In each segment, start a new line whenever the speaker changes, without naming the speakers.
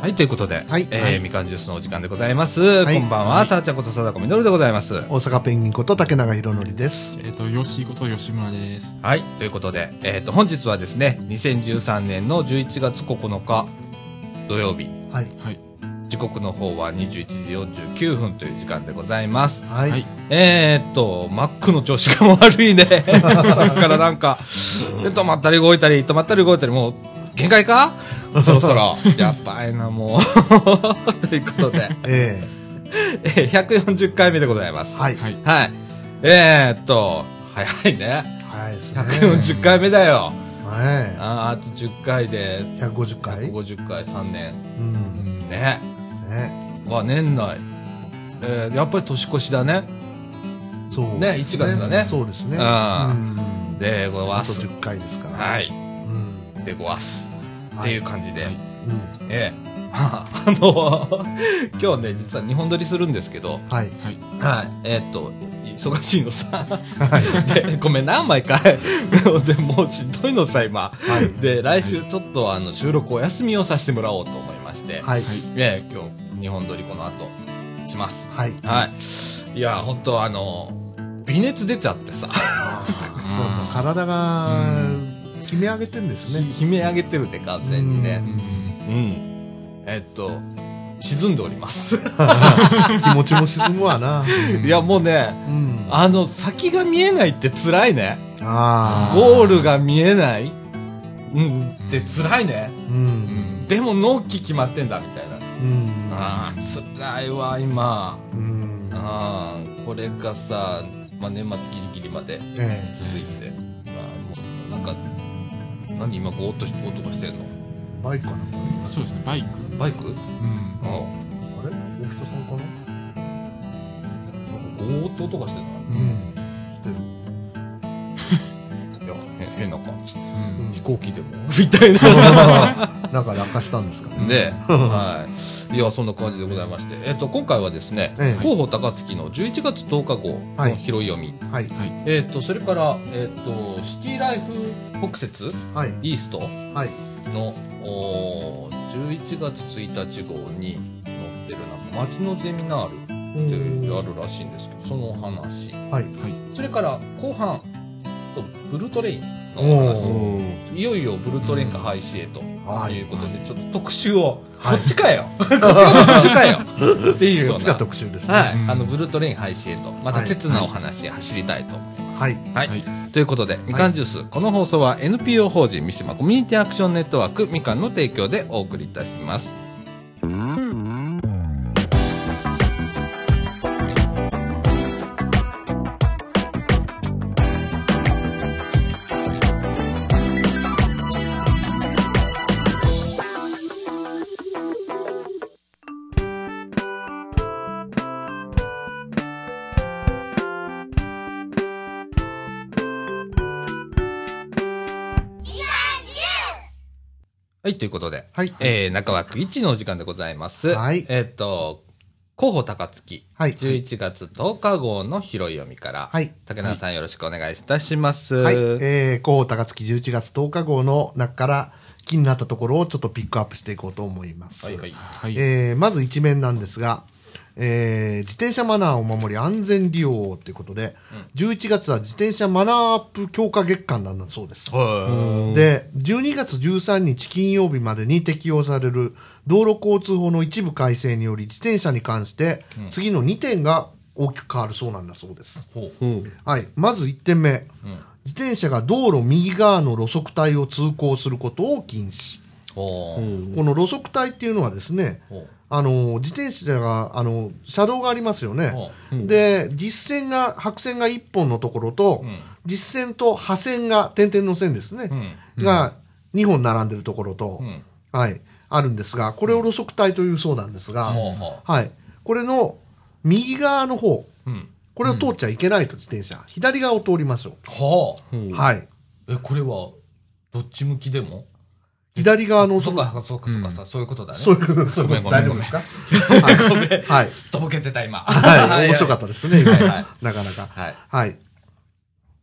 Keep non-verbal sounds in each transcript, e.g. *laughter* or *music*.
はい、ということで、
はい
えー
はい
みかんジュースのお時間でございます。
い
こんばんは、たーちゃんこと貞子みのるでございます。
大阪ペンギンこと竹永宏典です。
えっ、と、よしこと吉村です。
はい、ということで、えっ、と、本日はですね、2013年の11月9日土曜日、
はい。
はい。
時刻の方は21時49分という時間でございます。
はい。
はい。
えー、っと、マックの調子が悪
*laughs*
いね。だからなんか、止まったり動いたり、止まったり動いたり、もう、限界
*laughs*
かそろそろ。やばいな、もう。 *laughs* ということで、
え
えー140回目でございま
え
す。
はい。
はい。
はい。えー、っと、早いね。
はいですね。
140回目だよ。
は
あーあと10回で、
い。150回。
150回3年。
う。
うんん。
ね。
ね。
は年内。えーやっぱり年越しだね。
そうです。
ね一月だね
そうですね。
うん
うん
で、ご
あ
わ
と
す。
10回ですから。。
はいい。
うん。
で、ごわす。っていう感じで。
はい
うん。
え *laughs* え。あの、今日ね、実は日本撮りするんですけど、
はい。
はい。
はい、えーっと、忙しいのさ。
はい。
*laughs* で、ごめんな、毎回。で、もうしんどいのさ、今。
はい。
で、来週ちょっとあの収録お休みをさせてもらおうと思いまして、
はい。
ええ今日、日本撮りこの後、します。
はい。
はい。いや、本当あの、微熱出ちゃってさ、
そう、もう体が、決め上げてんですね。
悲鳴上げてるで、完全にね
う。ん。
うん。えっと、沈んでおります。
*laughs* 気持ちも沈むわな。
いや、もうね、
うん。
あの、先が見えないって辛いね。
あー
ゴールが見えないうん、って辛いね。
う。
うんん。
でも、納期決まってんだ、みたいな。
うん。
ああ、辛いわ、今。
うん。
ああこれがさ、まあ、年末ギリギリまで
え
続いて、まあ、もうなんか何今ゴーっと音がしてんの
え。バイクかな
そうですね、バイク。
バイク
う
あ
あ
ん。
れお人さんかな
あゴーっと音がしてんの
う。
うんん。して
い
る。
やへ変な感じ
うん。
飛行機でも *laughs* みたい
*laughs*
な
なんか落下したんですかね。
で、はい、いやそんな感じでございまして、えっと、今回はですね
ええ
広報高槻の11月10日号の
はい
拾い読み、
はい。
えっとそれから、えっと、シティライフ北節
はい。
イースト
はい。
のおー11月1日号に載ってるなんか街のゼミナールっ
お
ていうのがあ
ー
るらしいんですけどそのお話
はい。
それから後半ブルートレインのお話
おー
いよいよブルートレインが廃止へと、
はい
いうことでちょっと特集を、
は
こ
い
っちか
*laughs*
よこっちが特集かよっていうよう
こっちが
な
特集ですね。
はい、
うん
あのブルートレイン廃止へとまた
はい
刹那お話へ走りたいと
はい。
はい、
はい
ということで、みかんジュース、この放送は NPO 法人三島コミュニティアクションネットワークみかんの提供でお送りいたします。はい、ということで、
はい。
えー、中枠1のお時間でございます。
はい
えっ、と、広報高槻、
はい
11月10日号の拾い読みから、
はい
竹中さんよろしくお願いいたします。
はい。えー、広報高槻11月10日号の中から気になったところをちょっとピックアップしていこうと思います。
はいはい。
はい。
えーまず一面なんですが、えー自転車マナーを守り安全利用をということで、11月は自転車マナーアップ強化月間なんだそうです。で、12月13日金曜日までに適用される道路交通法の一部改正により自転車に関して次の2点が大きく変わるそうなんだそうです。
ほ
はい、まず1点目、自転車が道路右側の路側帯を通行することを禁止。
う。ほう。
この路側帯っていうのはですね、
ほう
あの自転車があの車道がありますよね、で実線が白線が1本のところと、
ん
実線と破線が点々の線ですね、が2本並んでるところと、
うん
はい、あるんですがこれを路側帯というそうなんですが、
ほうほ
はい、これの右側の方
う。うん。
これを通っちゃいけないと自転車左側を通りましょ
はあ。
う、はい、
え、これは、どっち向きでも
左側の
そっ
そ
か、そうか、そうか、そういうことだね。
そういうことです
ごめんごめん
大丈夫ですかはい、はい
すっとぼけてた、今。
はい、面白か
っ
ったですね今
はいはい
なかなか
た。はい。
はい。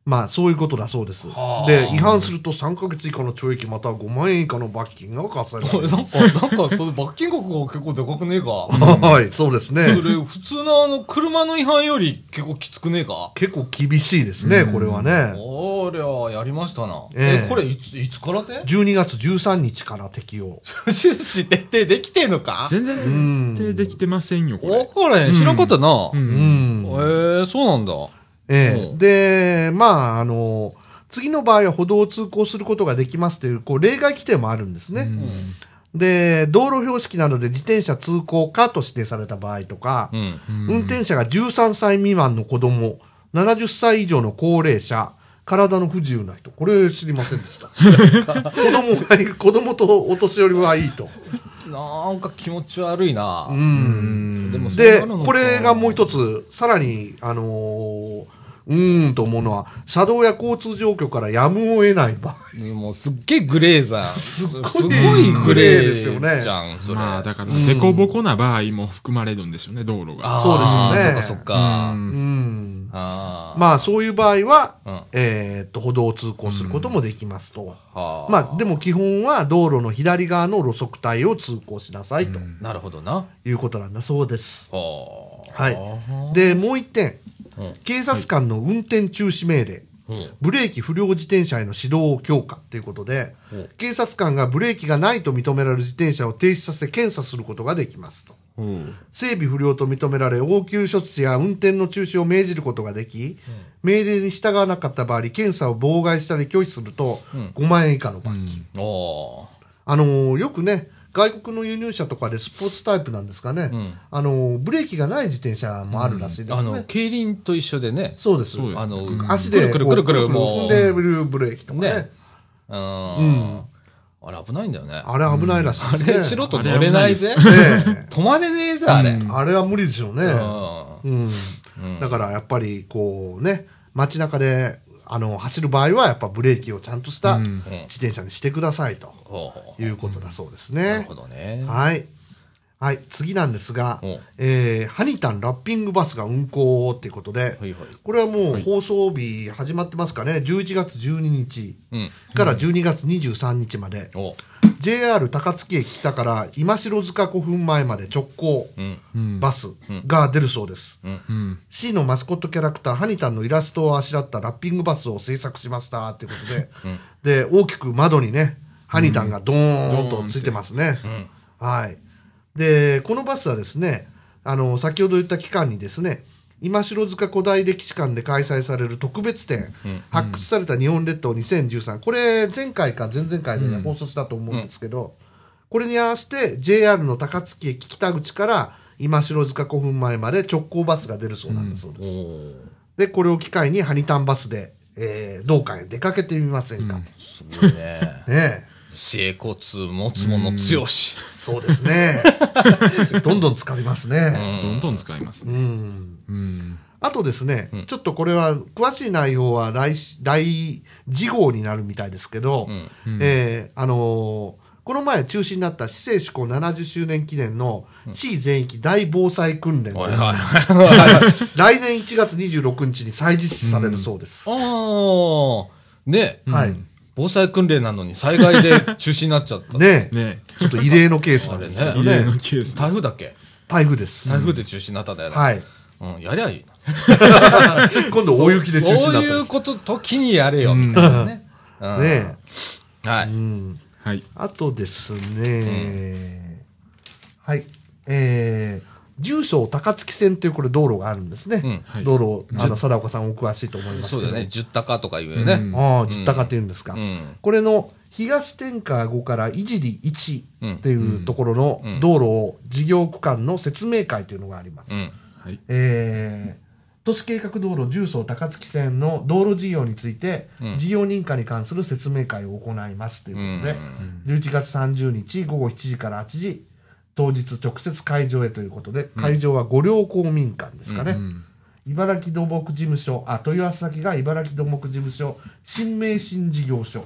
まあそういうことだそうです
はあ
で違反すると3か月以下の懲役または5万円以下の罰金が課され
これ *laughs*
る
なんか、なんか、その罰金額が結構でかくねえか。
はいそうですね
それ、普通のあの、車の違反より結構きつくねえか
結構厳しいですねこれはね
おりゃ、やりましたな。
ええ
え、これ、いつ、いつから
*laughs*
で
12月13日から適用
終始徹底できてんのか
全然
ん
徹底できてませんよ、こ
わ
れ。
からへん。知らんかったな。
う。
え
うんん
え、そうなんだ。
え
う
え、
ん
で、まあ、あの、次の場合は歩道を通行することができますという、こう、例外規定もあるんです
う
ね。
ん
で、道路標識などで自転車通行可と指定された場合とか、
うん。
運転者が13歳未満の子供、70歳以上の高齢者、体の不自由な人、これ知りませんでした。子供がいい、子供とお年寄りはいいと。
なんか気持ち悪いな
う。ん。
でもそうな
で、
るのか
これがもう一つ、さらに、あのーうーんと思うのは、車道や交通状況からやむを得ない場合。
ねもうすっげえグレーザー。
すっごい
グレーですよ
グレー
ね。
です
じ
よ
ゃん、それ。
まあ、だから、
うん
凸凹な場合も含まれるんでしょうね、道路が。
あー
そうです
そ
よね
っかそっか。
うん
うん。
ああ。
まあ、そういう場合は、
うん
えーっと、歩道を通行することもできますと。
は
まあ、でも基本は道路の左側の路側帯を通行しなさいと
なるほどな。
いうことなんだそうです。
はあ。
はい。で、もう一点
うん。
警察官の運転中止命令。
うん
ブレーキ不良自転車への指導を強化ということで
うん、
警察官がブレーキがないと認められる自転車を停止させ検査することができますと。整備不良と認められ、応急処置や運転の中止を命じることができ、命令に従わなかった場合、検査を妨害したり拒否すると、5万円以下の罰金。
おー
あのーよくね、外国の輸入車とかでスポーツタイプなんですかね、
ん
あのーブレーキがない自転車もあるらしいですね。
あの、競輪と一緒でね。
そうです。
そうですね
あの、
足で
くるくるくるくる、
こ
も
う
う。
踏んでブルーブレーキとかね
ねうん。あれ危ないんだよね。
あれ危ないらしい
あれ
です
素
ね。
人乗れないぜ。
え
止まれねえぜ、あれ。う
えあれは無理でしょうね。
ん。
うん。だからやっぱりこうね、街中であの走る場合はやっぱブレーキをちゃんとした自転車にしてくださいと
ほうほう
いうことだそうです
なる
ね
ほ。どね。
はい。はい、次なんですが
うん、
えーハニタンラッピングバスが運行っていうことで
はいはい、
これはもう放送日始まってますかね、11月12日
うん。
から12月23日まで、
おう
JR 高槻駅北から今城塚古墳前まで直行
うん。
バスが出るそうです、
うん。
C のマスコットキャラクターハニタンのイラストをあしらったラッピングバスを制作しましたっていうことで、で大きく窓にねハニタンがドーンとついてますね、はいでこのバスはですねあの先ほど言った期間にですね今城塚古代歴史館で開催される特別展、発掘された日本列島2013これ前回か前々回でね、放送したと思うんですけど、これに合わせて JR の高槻駅北口から今城塚古墳前まで直行バスが出るそうなんだそうです。
おう
で、これを機会にハニタンバスで、えー、道館へ出かけてみませんか、ね
すごいね。
え。
市営交通持つもの強し。
そうです
*laughs*
ね。どんどん疲れますね。
どんどん使います
う
ね。
ん。
うん。
あとですね、ちょっとこれは、詳しい内容は来し、来次号になるみたいですけど、えーあのーこの前中止になった市政施行70周年記念の地位全域大防災訓練という
はい
の
はい
が
はい。
来年1月26日に再実施されるそうです。
ああ、ね、
はい。
防災訓練なのに災害で中止になっちゃっ
*laughs*
た。
ねえ
ね
ちょっと異例のケースなんです
*laughs*
け
あれ
ど
異例の
ね。
ケース。
台風だっけ
台風です。
台風で中止になったんだよね。 *laughs*
はい。
うん、やりゃいいな。
今度大雪で中止になった
そ
ん
う
で
いう
す。
こと、時にやれよ、みたいなね。うん
ね
は
え。。
いう
ん。
はい。
あとですね。はい。えー住所高槻線というこれ道路があるんですね。
うん
はい
道路、あの、貞岡さんお詳しいと思います
そ
け
う
ど。
だよね。十高とかいうね。
うん
ああ、実高っていうんですか。
うん
これの東天下5からいじり1っていうところの道路を事業区間の説明会というのがあります。
うん。
はい。
えー都市計画道路重曹高槻線の道路事業について、事業認可に関する説明会を行いますということで、11月30日午後7時から8時当日直接会場へということで会場は五稜公民館ですかね、茨城土木事務所あ問い合わせ先が茨城土木事務所新名神事業所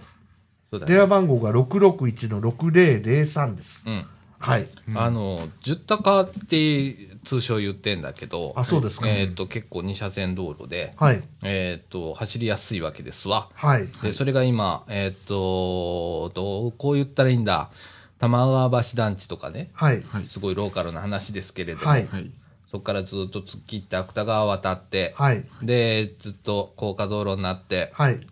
そうだね。
電話番号が661の6003です、
うん。
はい。
あの、十高って通称言ってんだけど、
あそうですか
えっ、と、結構二車線道路で、
はい。
えっ、と、走りやすいわけですわ。
はい。
で、それが今、えっ、と、どう、こう言ったらいいんだ。玉川橋団地とかね、
はい。
はい
すごいローカルな話ですけれども、
はい。
はい。
そこからずっと突っ切って芥川渡って、
はい。
で、ずっと高架道路になって、
はい。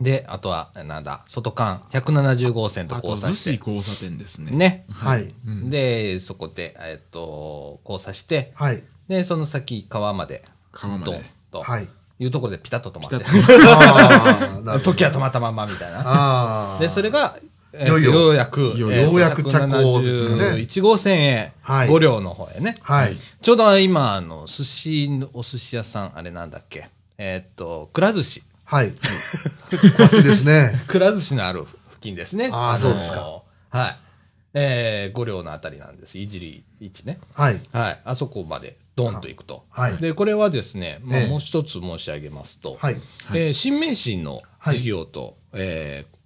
で、あとは、なんだ、外間、170号線と
あと、
交
逗
差し
子
て、
交差点ですね。。
ね。
はい。
うん
で、そこで、えっと、交差して、
はい。
で、その先、川まで、
川ま
ドン
で。
と、
はい
*laughs*
い。
うところでピタッと止まっ
ピ
て
タッ、
あーなるほど
*laughs* 時は止まったまんまみたい
*laughs*
な。
ああ。
で、それが、えー
よいよ
ようやく、
よう
えー
ようやく着工ですね
1号線へ、
はい
5両の方へね。
はい。
ちょうど今、あの、寿司の、お寿司屋さん、あれなんだっけ。えーっと、くら寿司。
はい。詳しいですね。
くら寿司のある付近ですね。
あー
の
そうですか。
はい。えー、五両のあたりなんです。いじり1ね。
はい。
はい。あそこまで、ドンと行くと。
はい
で、これはですね、まあ、
ええ
もう一つ申し上げますと、
はい。
えー新名神の事業と、えー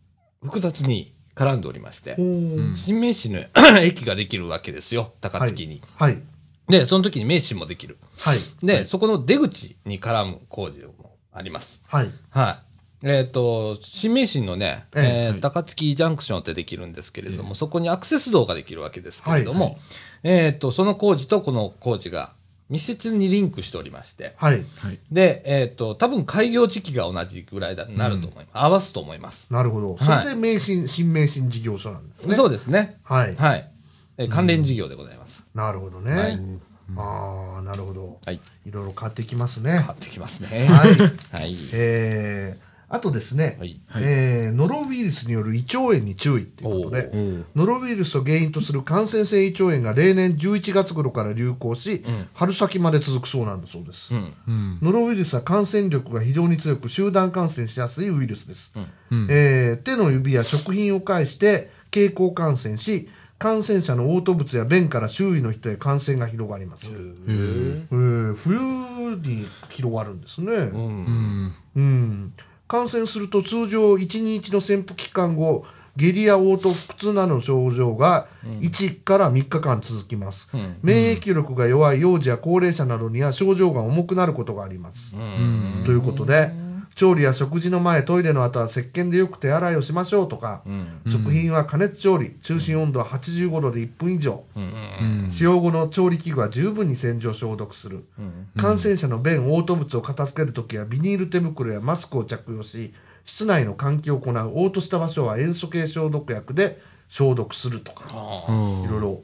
複雑に絡んでおりまして
お、ー
新名神の *coughs* 駅ができるわけですよ、高槻に。
はい。
で、その時に名神もできる。
はい。
で、そこの出口に絡む工事もあります。
はい。
はい。えっ、と、新名神のね、
ええ
えー
はい
高槻ジャンクションってできるんですけれども、そこにアクセス道ができるわけですけれども、
はい
えっ、と、その工事とこの工事が密接にリンクしておりまして、
はい。
はい。
で、えっ、と、多分開業時期が同じぐらいだなると思います。合わすと思います。
なるほど。そ
はい
れで名神、新名神事業所なんですね。
そう
う
ですね。
はい。
はい。えー関連事業でございます。
なるほど
はい
ね。ああ、なるほど。
はい。
いろいろ変わってきますね
変。わってきますね。
はい。
はい。
えーあとですね、
はい
はい
えーノロウイルスによる胃腸炎に注意ということで
お、
ノロウイルスを原因とする感染性胃腸炎が例年11月頃から流行し、春先まで続くそうなんだそうです。
うん。
うん。
ノロウイルスは感染力が非常に強く集団感染しやすいウイルスです、
うん
えー手の指や食品を介して経口感染し感染者の嘔吐物や便から周囲の人へ感染が広がります、えー冬に広がるんですね、
うん。
うん、感染すると通常1日の潜伏期間後下痢や嘔吐腹痛などの症状が1から3日間続きます、免疫力が弱い幼児や高齢者などには症状が重くなることがあります、ということで調理や食事の前トイレの後は石鹸でよく手洗いをしましょうとか、食品は加熱調理中心温度は85度で1分以上、使用後の調理器具は十分に洗浄消毒する、感染者の便嘔吐物を片付けるときはビニール手袋やマスクを着用し室内の換気を行う嘔吐した場所は塩素系消毒薬で消毒するとか
ああ。
お
いろいろ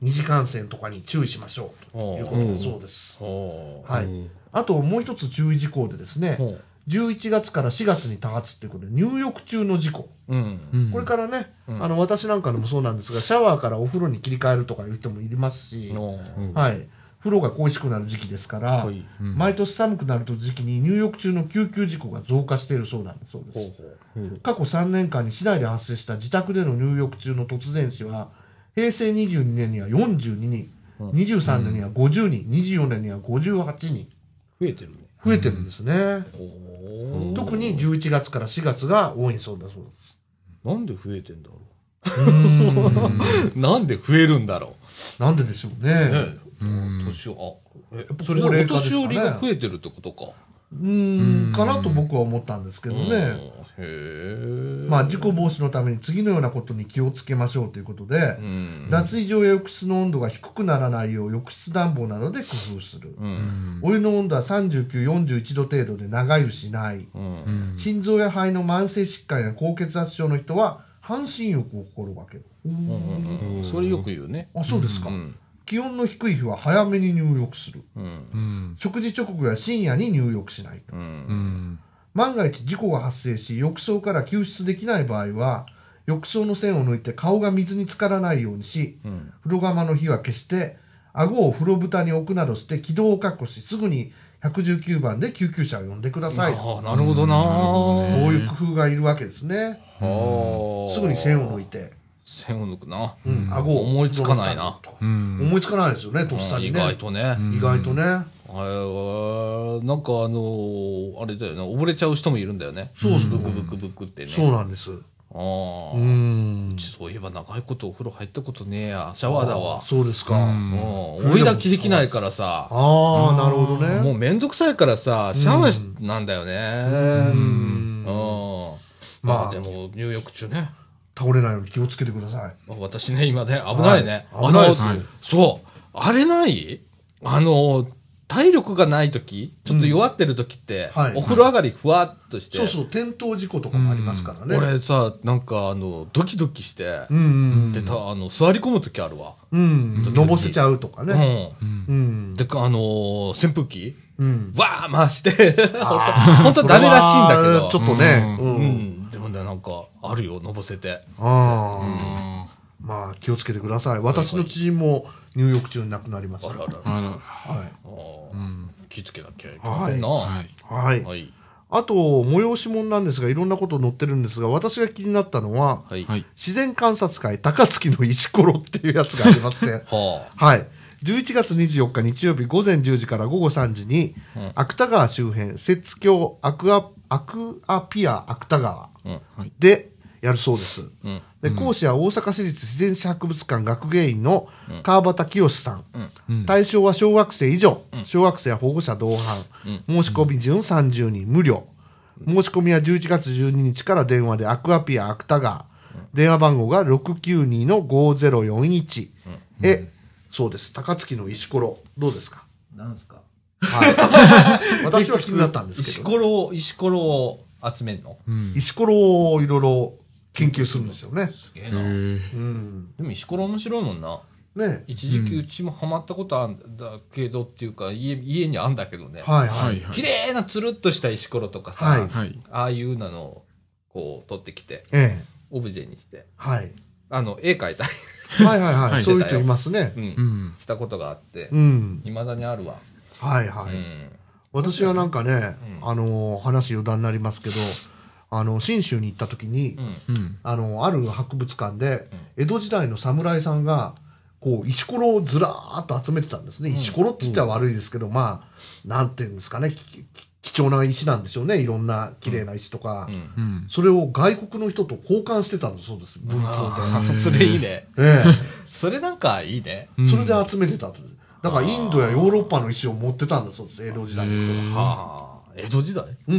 二次感染とかに注意しましょうということだそうです、
おー
はい、あともう一つ注意事項でですね
ほう
11月から4月に多発ということで入浴中の事故
うん。
うん
これからね、あの私なんかでもそうなんですがシャワーからお風呂に切り替えるとかいう人もいますし、
おー
はい、風呂が恋しくなる時期ですから、
はい
毎年寒くなると時期に入浴中の救急事故が増加しているそうなんだそうで
ほう
す
ほう。
過去3年間に市内で発生した自宅での入浴中の突然死は平成22年には42人、23年には50人24年には58人
増えてるね。
増えてるんですね、
おー
特に11月から4月が多いそうだそうです
なんで増えてんだろう。なんで増えるんだろ
なんででしょうね
う。ね年を、あ、え
ぱ
それはお
高齢化です
年
か
寄
ね
りが増えてるってことか。
うーんかなと僕は思ったんですけどね、
うんへえ。
まあ、事故防止のために次のようなことに気をつけましょうということで、
うん。
脱衣場や浴室の温度が低くならないよう浴室暖房などで工夫する、
うん。
お湯の温度は3941度程度で長湯しない、
うん。
心臓や肺の慢性疾患や高血圧症の人は半身浴を心がける、
うん。それよく言うね。
あそうですか、
うん。
気温の低い日は早めに入浴する
うん。
うん。
食事直後や深夜に入浴しない
うん。
うん。
万が一事故が発生し浴槽から救出できない場合は浴槽の線を抜いて顔が水に浸からないようにし、風呂釜の火は消して顎を風呂蓋に置くなどして気道を確保しすぐに119番で救急車を呼んでくださいこ
ああ、なるほどな
う
ー。
いう工夫がいるわけですね
ああ。
すぐに線を抜いて、
線を抜くな。
うん、顎を
思いつかないな
風呂蓋に置くと
うん。
思いつかないですよねとっさ
うん
に
意
ね
外とね。
意外とね
あーなんかあのーあれだよね、溺れちゃう人もいるんだよね。そうブクブクブクってね。
そうなんです
あ
う
あ、
ん
そういえば長いことお風呂入ったことねえやシャワーだわ
そうですか、
うん
うん追い焚きできないからさ
ああなるほどね
もうめんどくさいからさシャワーしなんだよ
え
ね
ー
うん
まあ
まあでも入浴中ね
倒れないように気をつけてください
まあ私ね、今ね、危ないね。
はい危ないです
あの
はい
そう。あれないあの、体力がないとき、ちょっと弱ってるときって、
うんはい
お風呂上がりふわっとして、
そうそう転倒事故とかもありますからね
俺さ、なんかあの、ドキドキして、
うんうん
でたあの座り込むときあるわ。
うん、のぼせちゃうとかね。う
うんん。。で、あのー扇風機
うん。
わー回して、 *laughs* 本当はダメらしいんだけど。
それはちょっとね。う。
うん
うん、でもね、なんか、あるよ、のぼせて。
ああ。
あ
まあ、気をつけてください。私の知人も入浴中に亡くなりまし
あ
た。
らあら。
ーあら
はい。
あー
うん
気ぃつけなきゃいけませんな。
は
はい
はい。
い。
あと、催し物なんですが、いろんなこと載ってるんですが、私が気になったのは、
はい。。
はい
自然観察会高槻の石ころっていうやつがありますね
は
はい。11月24日日曜日午前10時から午後3時に、
うん
芥川周辺、摂津峡アクア、アクアピア芥川
あ。うん。
はい
でやるそうです。
うん。
で講師は大阪市立自然史博物館学芸員の川端清さん、対象は小学生以上、小学生や保護者同伴、申し込み順30人無料申し込みは11月12日から電話でアクアピア芥川、電話番号が692の5041、えそうです高槻の石ころどうですか、
なんすか
はい、私は気になったんですけ
石
ど
ころを、石ころを集めんの
うん
石ころをいろいろ研究するんですよね
すげえ
へ
な。で
ー
うん
も石ころ面白いもんな。
ね
一時期うちもハマったことあるんだけどっていうか、家、家にあんだけどね。
はい
は
はいい、
綺麗なつるっとした石ころとか
は
さ、
い
はい
ああいうなのを、こう、取ってきて、
ええ
オブジェにして、
はい。
あの、絵描いたり
はいはいはい。
はい
*laughs* そういう人いますね。
う
うんん
したことがあって
う、ん。
未だにあるわ。
はいは
う
い。
ん。
私はなんかね、あのー話余談になりますけど、あの、信州に行った時に、
うん。
うん
あの、ある博物館で、江戸時代の侍さんが、こう、石ころをずらーっと集めてたんですね。石ころって言ったら悪いですけど、まあ、なんていうんですかね、きき貴重な石なんでしょうね。いろんな綺麗な石とか。
うん
うん
それを外国の人と交換してたんだそうです。文通
あーそれいいね。 *laughs*
で。 *laughs* ええ。
それなんかいいね。
それで集めてたと。だからインドやヨーロッパの石を持ってたんだそうです、江戸時代の人は。
はあ。江戸時代
う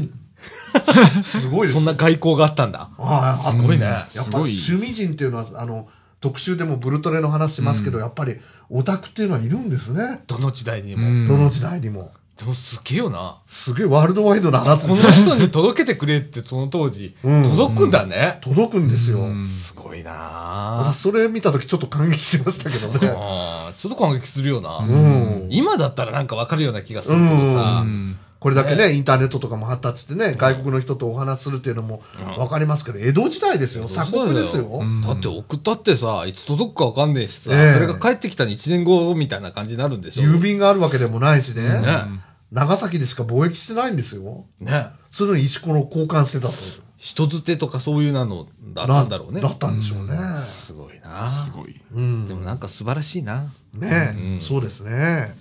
ん。すごいです。
そんな外交があったんだ。
ああ、
すごいね。
やっ
す
ぱ
ごい
趣味人っていうのは、あの、特集でもブルトレの話しますけど、やっぱりオタクっていうのはいるんですね。
どの時代にも。
うん
どの時代にも。
でもすげえよ
*laughs*
な。
すげえワールドワイドな話
こ
です
の
よ。
人に届けてくれってその当時、
うん
届くんだね。
届くんですよ。
すごいなあ
私それ見た時ちょっと感激しましたけどね。
あーちょっと感激するよな。
うん。
今だったらなんかわかるような気がするけどさ
う。これだけね、インターネットとかも発達してね、外国の人とお話しするっていうのもわかりますけど、江戸時代ですよ。鎖国ですよ。
ん
だって送ったってさ、いつ届くかわかんねえしさ、
ええ
それが帰ってきたに1年後みたいな感じになるんでしょ。
郵便があるわけでもないしね、
ね。
長崎でしか貿易してないんですよ。
ね。
それのに石ころを交換してたと。
人づてとかそういうなのだったんだろうね。
だったんでしょうね。
すごいな
すごい
うん。
でもなんか素晴らしいな。
ね、そうですね。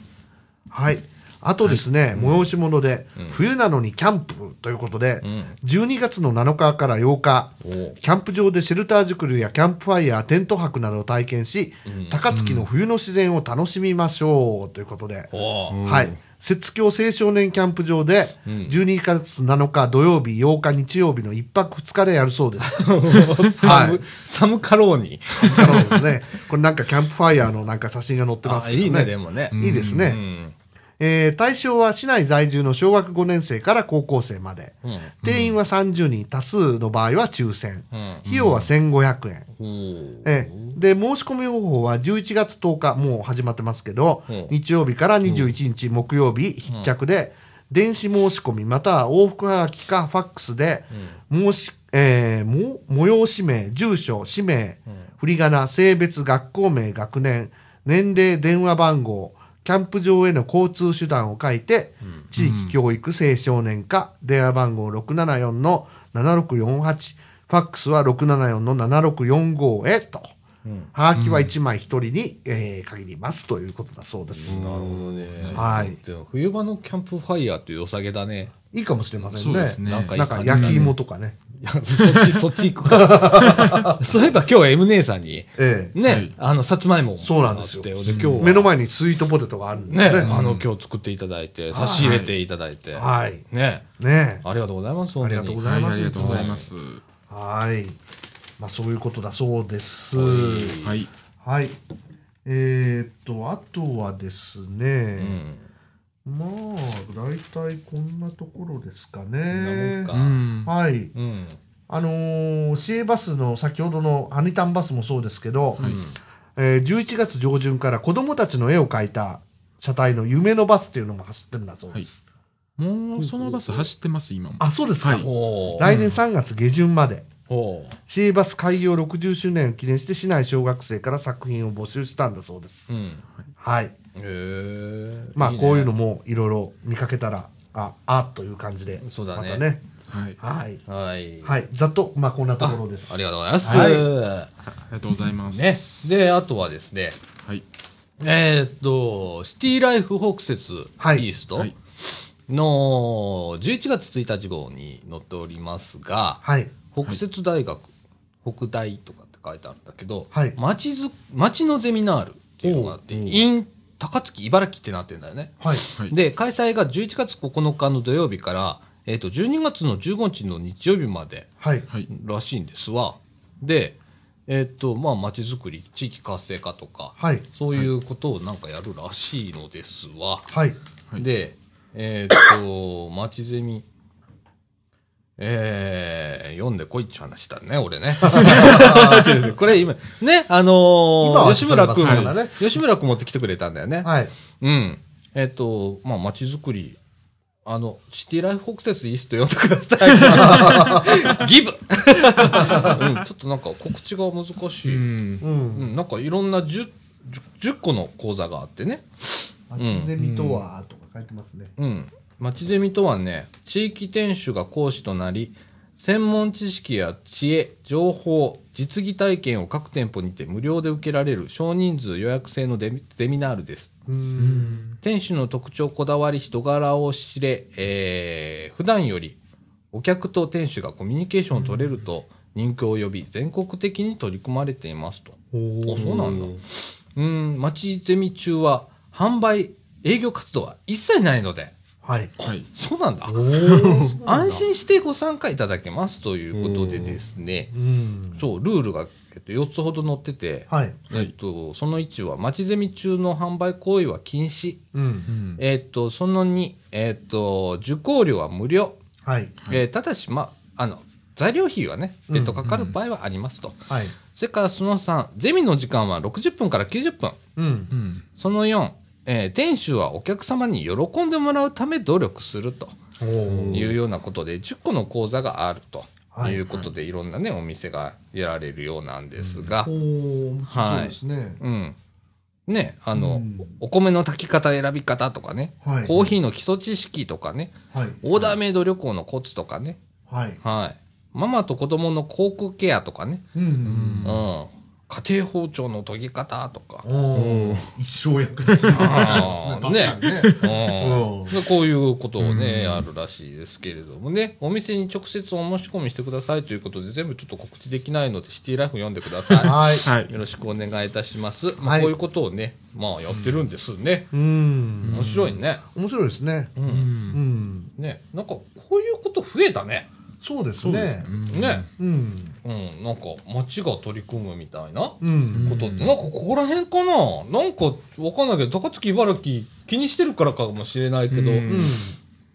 はい。あとですね、催し物で、冬なのにキャンプということで、12月の7日から8日、
お
キャンプ場でシェルター作りやキャンプファイヤー、テント泊などを体験し、高槻の冬の自然を楽しみましょうということで、
おう
はい。雪橋青少年キャンプ場で、12月7日土曜日、8日日曜日の1泊2日でやるそ
*laughs*
うです。は
寒
い。
寒かろうに。
なるほどですね。これなんかキャンプファイヤーのなんか写真が載って *laughs* ます
あ
けどね。
いいね、でもね。
いいですね。
うん
えー対象は市内在住の小学5年生から高校生まで。
うん
定員は30人、多数の場合は抽選。
ん
費用は1500円。
おー
ええで、申し込み方法は11月10日、もう始まってますけど、
うん
日曜日から21日木曜日、必着で、電子申し込み、または往復はがきかファックスで、申し、えーも、催し名、住所、氏名、振り仮名、性別、学校名、学年、年齢、電話番号、キャンプ場への交通手段を書いて、地域教育青少年課、電話番号674の7648、ファックスは674の7645へと。はがきは1枚1人に、えー限りますということだそうです。
なるほどね。
はい
でも冬場のキャンプファイヤーって良さげだね。
いいかもしれませんね。
そうですね
なんか
なんかいい感じだね
焼き芋とかね。
いやそっち、そっち行く
*laughs*
か。そういえば今日 M 姉さんに、
ええ
ね、
はい
あの、さつまいも。
そうなんですよ
で、今日は
目の前にスイートポテトがあるんで
ね、
すね
あの、今日作っていただいて、差し入れていただいて。
はい
ね、
ね
ありがとうございます、
ありがとうござ
はいい、
ます
ありがとうございます。
はいまあそういうことだそうです
は
はい。
はいえーっとあとはです
う
ね、
ん。
まあ大体こんなところですか
こん
ね
なもんか
うん。
はい
うん。
あのー、市営バスの先ほどのハニタンバスもそうですけど、えー11月上旬から子供たちの絵を描いた車体の夢のバスっていうのも走ってるんだそうです。
もう、そのバス走ってます、今も。
あ、そうですか。
はい
ほう。
来年3月下旬まで、
ほう。
市営バス開業60周年を記念して市内小学生から作品を募集したんだそうです。
うん。
はい。
へえ。
まあ、こういうの
も。
もいろいろ見かけたら、あ、あという感じで、
そうだね
またね。
はい。あ
はい。
はい。
はい。ざっと、まあ、こんなところです。
ありがとうございます。
りがとうございます。
ね。で、あとはですね、
はい。
えーっと、シティライフ北節
はい
イースト
はい。
の11月1日号に載っておりますが、
はい。
北節大学、北大とかって書いてあるんだけど、
はい
町づ町のゼミナールっていうのがあって、
おう
in 高槻茨城ってなってんだよね。
はい。
はい。
で、開催が11月9日の土曜日から、えーっと、12月の15日の日曜日まで、
はい。
はい。
らしいんですわ。で、えーっと、まあ、町づくり、地域活性化とか、
はい。
そういうことをなんかやるらしいのですわ。
はい。
はい
で、えーっと、町ゼミ、えー、読んでこいっちゅう話だね、俺ね。 *laughs* これ今、ね、あのー
今は
吉村君
そうだね
吉村君持ってきてくれたんだよね。
はい。
うん。えっ、と、まあ、街づくり。あの、シティライフ北節イースト読んでくだ *laughs* さい。ギブ、うん、ちょっとなんか告知が難し
う
い。うん、
ん。
うん。
なんかいろんな 10, 10個の講座があってね。
街ゼミとは、とか書いてますね。
うん。町ゼミとはね、地域店主が講師となり、専門知識や知恵、情報、実技体験を各店舗にて無料で受けられる少人数予約制のデミゼミナールです。
うーん。
店主の特徴こだわり人柄を知れ、えー普段よりお客と店主がコミュニケーションを取れると人気を呼び全国的に取り組まれていますと
お
おそうなんだうん町ゼミ中は販売営業活動は一切ないので
はい。
はい。
そうなんだ
おー
安。心してご参加いただけますということでですね
うん。
そうルールが、えっと、4つほど載ってて、
はい。
はい
えっと、その1は町ゼミ中の販売行為は禁止
う。
うんん。
えーっと、その2、えーっと、受講料は無料。
はい。
えーただし、ま、あの、材料費はね、えーっと、かかる場合はありますと。
はい。
それからその3、ゼミの時間は60分から90分。
うん
う。ん。
その4、えー店主はお客様に喜んでもらうため努力すると
お
い
ー
うようなことで、10個の講座があると
はい
いうことで、いろんなね、お店がやられるようなんですが
お、ー。そうですね。
うん。ね、あの、
うん
お米の炊き方選び方とかね、
はい
コーヒーの基礎知識とかね、
はい。
オーダーメイド旅行のコツとかね、
はい。
はい。ママと子供の口腔ケアとかね、
う。
うんん。家庭包丁の研ぎ方とか、
おー。一生役立ちま
あ
す
ー
ね。確
う
か
ん
にね。うん
でこういうことをね、あるらしいですけれどもね、お店に直接お申し込みしてくださいということで、全部ちょっと告知できないので、シティライフ読んでください。
はい。
はい。
よろしくお願いいたします。ま
は
あ、
い
こういうことをね、まあやってるんですね。
うん。
面白いね。
面白いですね。
う。
うんん。
うん。
ね、なんかこういうこと増えたね。
そうです
そうです
ね
ね。。うん
ね。
うん。
うん、なんか町が取り組むみたいな。
うん。
ことって、なんかここら辺かななんかわかんないけど、高槻茨城気にしてるからかもしれないけど、
うん
うん。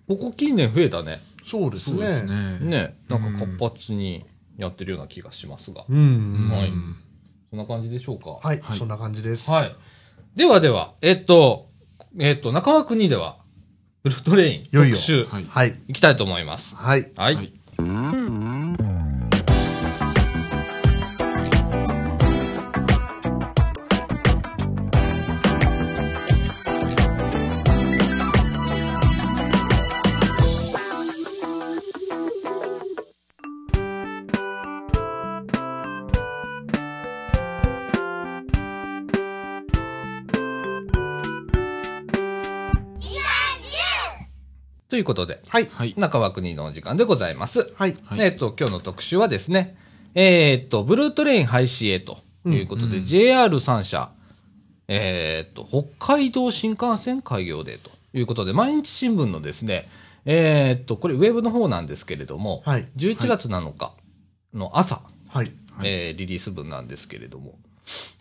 ここ近年増えたね。
そうです
そうです
ね。
ね。
ね、なんか活発にやってるような気がしますが。
う
うん
ん。
はいそんな感じでしょうか。
はい
は。い
そんな感じです。
はい。ではでは、えっと、えっと、中川国では、ウルフトレイン
いよいよ
特集、
はい。
はい。
いきたいと思います。
はい。
はい。
はい
ということで、
はい。
はい。
中川国のお時間でございます。
はい。
はい
えっと、今日の特集はですね、えーっと、ブルートレイン廃止へということで、JR3 社、えーっと、北海道新幹線開業でということで、毎日新聞のですね、えーっと、これウェブの方なんですけれども、
はい
11月7日の朝、
はい。
はい
えーリリース分なんですけれども、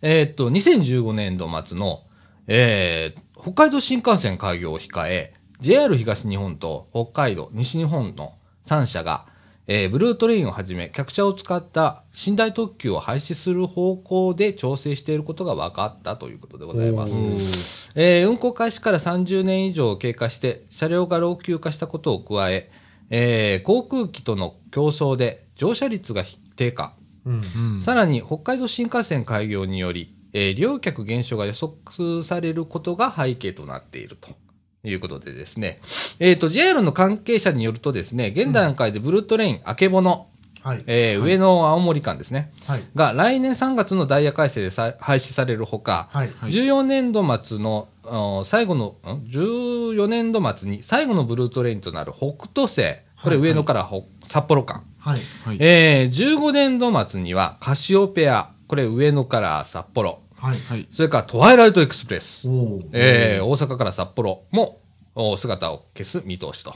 えーっと、2015年度末の、えー北海道新幹線開業を控え、JR 東日本と北海道、西日本の3社が、えーブルートレインをはじめ、客車を使った寝台特急を廃止する方向で調整していることが分かったということでございます。えー運行開始から30年以上経過して、車両が老朽化したことを加え、えー航空機との競争で乗車率が低下、
うん。
うん。
さらに北海道新幹線開業により、えー利用客減少が予測されることが背景となっているということでですね、えっ、と、JR の関係者によるとですね、現段階でブルートレイン、あけぼの、
はい。
えー上野青森間ですね、
はい。
が来年3月のダイヤ改正でさ廃止されるほか、
はい。
はい
14年度末の、うん最後の、ん14年度末に最後のブルートレインとなる北斗星、これ上野からほ、札幌間、
はい。
はい。
えー、15年度末にはカシオペア、これ上野から札幌、
はい。
はい。
それからトワイライトエクスプレス、
おー
えー大阪から札幌もお姿を消す見通しと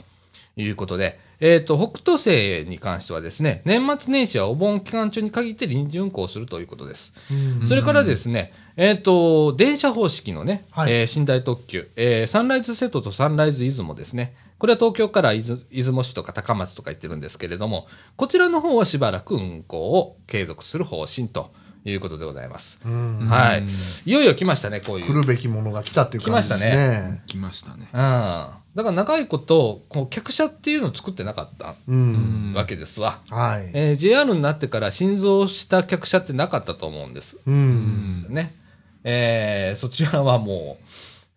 いうことで、えー、と北斗星に関してはですね、年末年始はお盆期間中に限って臨時運行するということです。それからですね、えー、と電車方式のね、
はい
えー寝台特急、えーサンライズ瀬戸とサンライズ出雲ですね、これは東京から出雲出雲市とか高松とか行ってるんですけれども、こちらの方はしばらく運行を継続する方針ということでございます。
うん。
はい。いよいよ来ましたね、こういう。
来るべきものが来たっていう感じです
来ま
ね。
来ましたね
うん。。だから長いこと、こう、客車っていうのを作ってなかった
うん。
わけですわ。
はい。
えー JR になってから新造した客車ってなかったと思うんです。
うん。
ね。えーそちらはもう、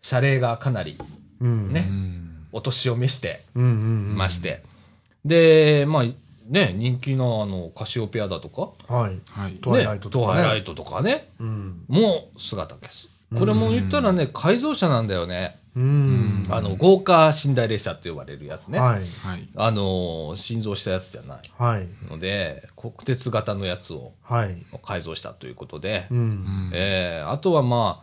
謝礼がかなり、
うん。
ね
う、ん。
お年を召して
うんうん
まして。で、まあ、ね、人気のあの、カシオペアだとか、
うん。はい。
はい。
トワイライトとかね
ねトワイライトとかね、
うん。
もう姿消す。これも言ったらね、改造車なんだよね。
うん。
あの、豪華寝台列車って呼ばれるやつね。
はい。
はい。
あのー、新造したやつじゃない
はい。
ので、国鉄型のやつを
はい。
改造したということで、
うん
う。ん。
えーあとはまあ、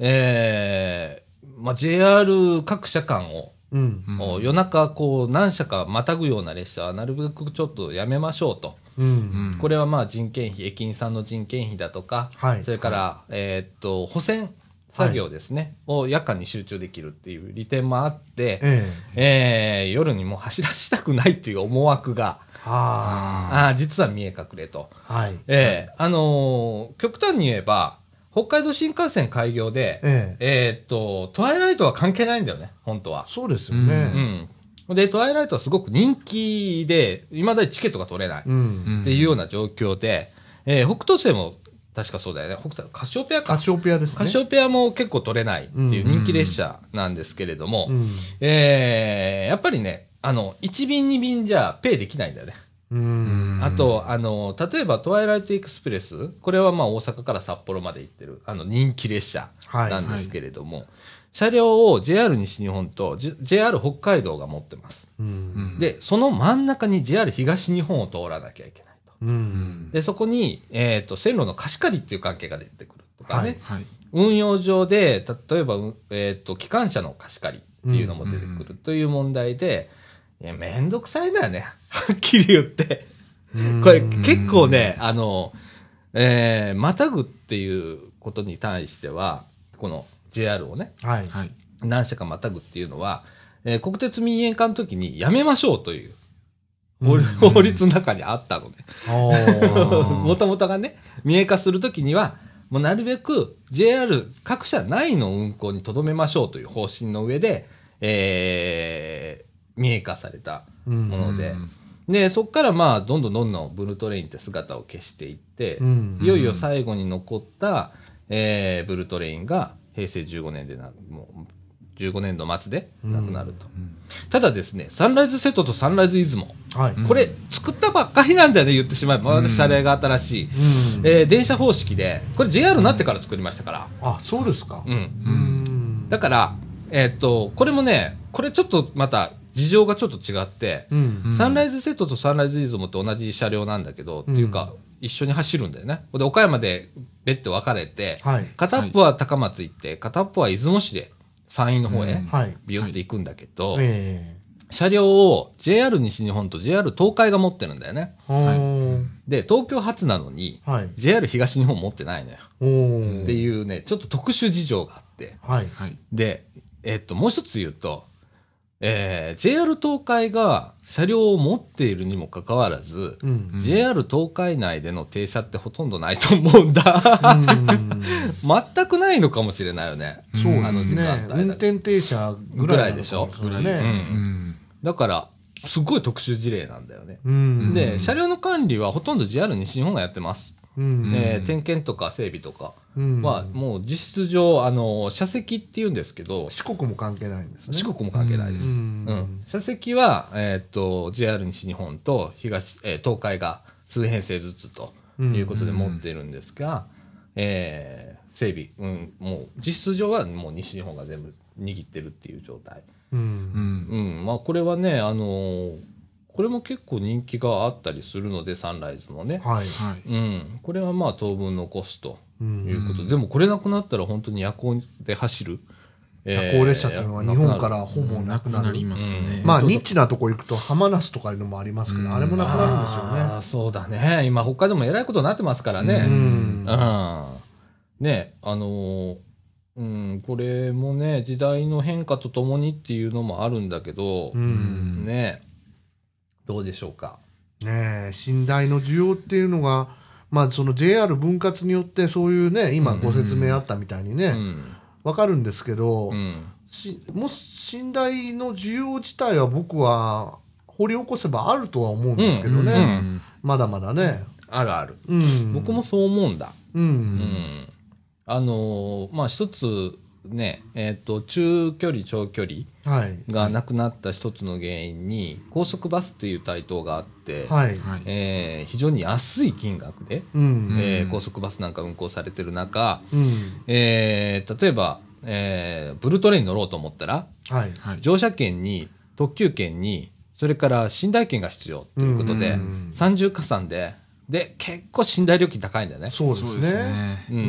えーまあ、JR 各社間を、
うん。
もう夜中こう何社かまたぐような列車はなるべくちょっとやめましょうと。
うん。
うん
これはまあ人件費、駅員さんの人件費だとか、
はい
それから、えーっと、補選作業ですね、を夜間に集中できるっていう利点もあって、
ええ。
えー夜にもう走らせたくないっていう思惑が、
は
あー実は見え隠れと。
あ。はい。
えーあのー極端に言えば、北海道新幹線開業で、
え
えーっと、トワイライトは関係ないんだよね、本当は。
そうですよ
う
ね。
ん。で、トワイライトはすごく人気で、いまだにチケットが取れない。
う。
うんん
っていうような状況で、えー北斗星も確かそうだよね。北斗、カシオペアか。
カシオペアですね。
カシオペアも結構取れないっていう人気列車なんですけれども、
うん
えーやっぱりね、あの、1便2便じゃペイできないんだよね。
うん。
あと、あの、例えばトワイライトエクスプレス、これはまあ大阪から札幌まで行ってる、あの人気列車なんですけれども、車両を JR 西日本と、J- JR 北海道が持ってます。
うん。
うん
で、その真ん中に JR 東日本を通らなきゃいけないと。
うん。
で、そこに、えっ、と、線路の貸し借りっていう関係が出てくるとかね。
はい
はい。
運用上で、例えば、うえっ、と、機関車の貸し借りっていうのも出てくるという問題で、いや、めんどくさいんだよね。 *laughs* はっきり言って。これ、結構ね、あの、えー、またぐっていうことに対しては、この JR をね、
はい。
はい。
何社かまたぐっていうのは、えー国鉄民営化の時にやめましょうという法律法律の中にあったので、
お
*laughs*
ー
もともとがね、民営化するときには、もうなるべく JR 各社内の運行にとどめましょうという方針の上で、えー、民営化されたもので、で、そこからまあ、どんどんどんどんブルートレインって姿を消していって、
うん
いよいよ最後に残った、えー、ブルートレインが平成15年でな、もう15年度末でなくなると。ただですね、サンライズ瀬戸とサンライズ出雲、
はい。
これ作ったばっかりなんだよね言ってしまえば私謝礼が新しい、
うん
えー電車方式でこれ JR になってから作りましたから、
あ、そうですか
う。ん、
うん。
だから、えーっとこれもねこれちょっとまた事情がちょっと違って、
うん
サンライズセットとサンライズイズムって同じ車両なんだけど、
うん
っていうか、一緒に走るんだよね。で、岡山で別って分かれて、
はい
片っぽは高松行って、片っぽは出雲市で山陰の方
う
へ
ん、
はい
ビュって行くんだけど、
え
車両を JR 西日本と JR 東海が持ってるんだよね。
えー
で、東京発なのに、
はい
JR 東日本持ってないのよ。
おー
っていうね、ちょっと特殊事情があって。
はい
はい。
で、えっと、もう一つ言うと、えー JR 東海が車両を持っているにもかかわらず、
うん
JR 東海内での停車ってほとんどないと思うんだ。
うん
*laughs* 全くないのかもしれないよね。
そう
あ
で
の
す
時間
ね
帯だと
運転停車ぐらいなのかも
ぐ
ぐら
れ
い
ない
で
ね
すね。
う
うん
だから、すごい特殊事例なんだよね。
うん
で、車両の管理はほとんど JR 西日本がやってます。
うん
えー点検とか整備とか
うん
は、もう実質上、あの、車席って言うんですけど、
四国も関係ないんですね
四国も関係ないです。
う
うんん。車席は、えっ、と、JR 西日本と東、えー東海が数編成ずつということで持っているんですが、えー整備、うん、もう実質上はもう西日本が全部握ってるっていう状態。
うん
うん
うん、まあこれはね、あのーこれも結構人気があったりするので、サンライズもね。
はい
はい。
うん、これはまあ当分残すと
うん
いうことで、でもこれなくなったら本当に夜行で走る。
夜行列車っていうのは日本から
ら
ほぼなくな
な
る
りますね。
まあニッチなとこ行くと浜那須とかいうのもありますけどあれもなくなるんですよね
あーそうだね。今北海道もえらいことになってますからね。
う
うん
ん
ね、あのーうん、これもね、時代の変化とともにっていうのもあるんだけど、
うん
ね、どうでしょうか。
ねえ寝台の需要っていうのが、まあ、その JR 分割によってそういうね今ご説明あったみたいにね、
う
わ
ん。
かるんですけど、
うん。
しもし寝台の需要自体は僕は掘り起こせばあるとは思うんですけどね、
うんうん
まだまだね。
あるある。
うん、
僕もそう思うんだ。
う、
うんん。あのーまあ、一つね、えっ、と、中距離、長距離
はい、
がなくなった一つの原因に、高速バスっていう台頭があって、
はい、
はい。
えー非常に安い金額で、
うん、
えー高速バスなんか運行されてる中、
うん、
えー例えば、えーブルートレインに乗ろうと思ったら、
はい、
はい。
乗車券に、特急券に、それから寝台券が必要ということで
うんうんうん、
三重加算で、で、結構寝台料金高いんだよね。
そうですね。
う
うん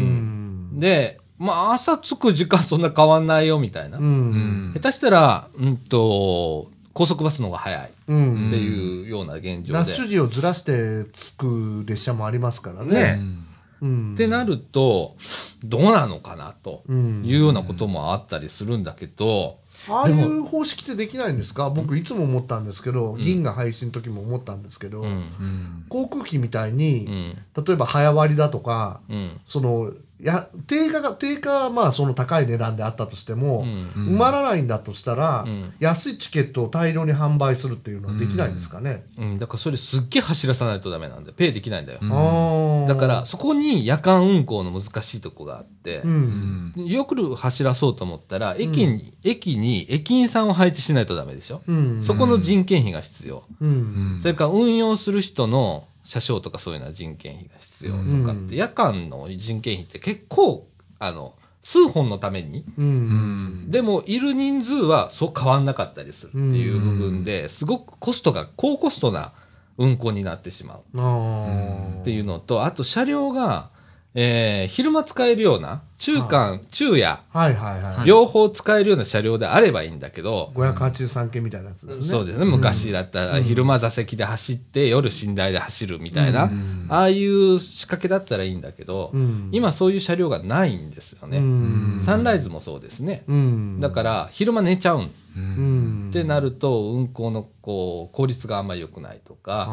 ん、
で、まあ、朝着く時間そんな変わんないよみたいな。
うん、
下手したら、うんと、高速バスの方が早いっ
うん、
ていうような現状で。
ラッシュ時をずらして着く列車もありますからね。
ね
うん
うん、
ってなると、どうなのかなと
うん
いうようなこともあったりするんだけど、
ああいう方式ってできないんですか僕いつも思ったんですけど、銀河配信の時も思ったんですけど、
うん、
うん
航空機みたいに、
ん、
例えば早割りだとか、
うん、
そのや定価が定価はまあその高い値段であったとしても、
うん
埋まらないんだとしたら、
うん
安いチケットを大量に販売するっていうのはできないんですかね、
うん。だからそれすっげえ走らさないとダメなんだよ。ペイできないんだよ。
うん
あー
だから、そこに夜間運行の難しいとこがあって
う、
うんん
よく走らそうと思ったら、駅に、駅に駅員さんを配置しないとダメでしょ。
うん
そこの人件費が必要。
う
うんん
それから運用する人の車掌とかそういうのは人件費が必要とかって、
うん
夜間の人件費って結構、あの、数本のために、
う
うんん
でもいる人数はそう変わんなかったりするっていう部分で、すごくコストが、高コストな運行になってしまう
あー
っていうのと、あと車両が、えー昼間使えるような、中間、昼夜、
はいはいはい、
い
両方使えるような車両であればいいんだけど、
583系みたいなやつですね
そうですね。昔だったら、昼間座席で走って、夜寝台で走るみたいな、ああいう仕掛けだったらいいんだけど、
うん
今そういう車両がないんですよ
う
ね。
ん
サンライズもそうですね。
うん
だから、昼間寝ちゃうん。
うん
ってなると、運行のこう効率があんまり良くないとか、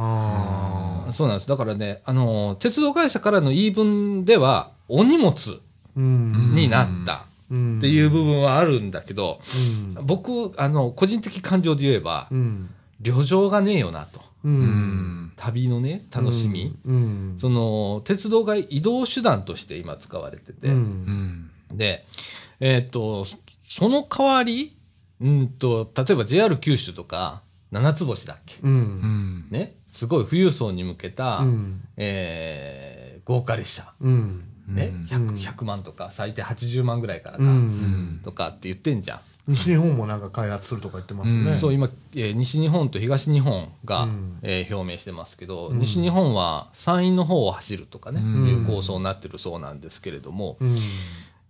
あ
そうなんです。だからね、あの、鉄道会社からの言い分では、お荷物
ーうん
になった
うん
っていう部分はあるんだけど、
うん
僕、あの、個人的感情で言えば、
うん
旅情がねえよなと。
うん
旅のね、楽しみ。
うん
その、鉄道が移動手段として今使われてて、
うん
で、えーっと、その代わり、うんと、例えば JR 九州とか、七つ星だっけ
うん
ね、すごい富裕層に向けた、
うん
えー豪華列車、
うん
ね
うん
うん
100, 100万とか最低80万ぐらいから
う
か、
ん
とかって言ってんじゃん。
西日本もなんか開発するとか言ってますね。
うん
そう今、えー西日本と東日本が、
うん
えー表明してますけど、
うん
西日本は山陰の方を走るとかね、
うん
いう構想になってるそうなんですけれども、
うん。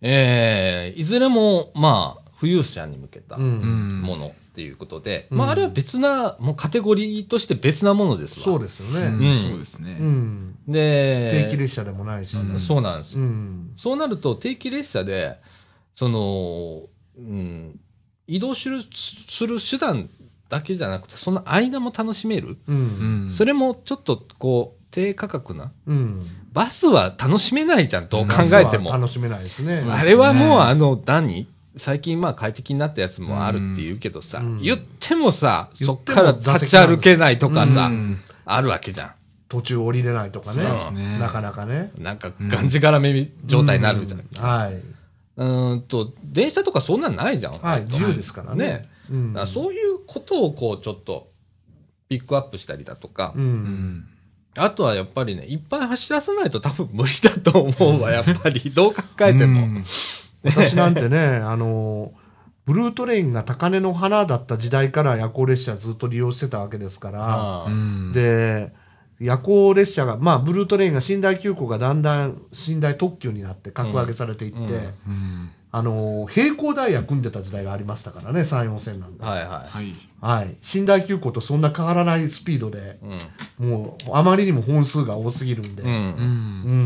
えーいずれも、まあ、富裕者に向けた
う
も
ん。
も
のっていうことで、
うん
まあ、あれは別な、もうカテゴリーとして別なものですわ。
そうですよ
うん
ね。
うん
そうですね、
うん。
で
定期列車でもないし。
うん
そうなんですよ
うん。
そうなると定期列車で、その、うん、移動するする手段だけじゃなくて、その間も楽しめる。
う。
うんん
それもちょっとこう、低価格な。
うん。
バスは楽しめないじゃん、どう考えても。
楽しめないですね。
そう
あれは
そうです
もう
ね
あの、何最近まあ快適になったやつもあるって言うけどさ、
うん
言ってもさ、
言
そっ
っ
て
も
から立ち歩けないとかさ、
うん
あるわけじゃ
途中降りれないとかね
そうです
ね。
なかなかね。
ん。なんか、がんじがらめみ状態になるじゃん。
うん。はい。
うーんと、電車とかそんなんないじゃん。
はい。自由ですからね
ね。
う
だ
ん
からそういうことをこう、ちょっと、ピックアップしたりだとか、
う。
うんん
あとはやっぱりね、いっぱい走らさないと多分無理だと思うわ、やっぱり。どう考えても。
うん
私なんてね、 *laughs* あの、ブルートレインが高嶺の花だった時代から夜行列車ずっと利用してたわけですから、
あ
う
あ
ん
で、夜行列車が、まあ、ブルートレインが寝台急行がだんだん寝台特急になって格上げされていって、
うんうん
うん
あの、並行ダイヤ組んでた時代がありましたからね、3、4線なんで。
はいは
はい
はい。寝台急行とそんな変わらないスピードで、
い。
もう、あまりにも本数が多すぎるんで、
うん。うん
う。ん
う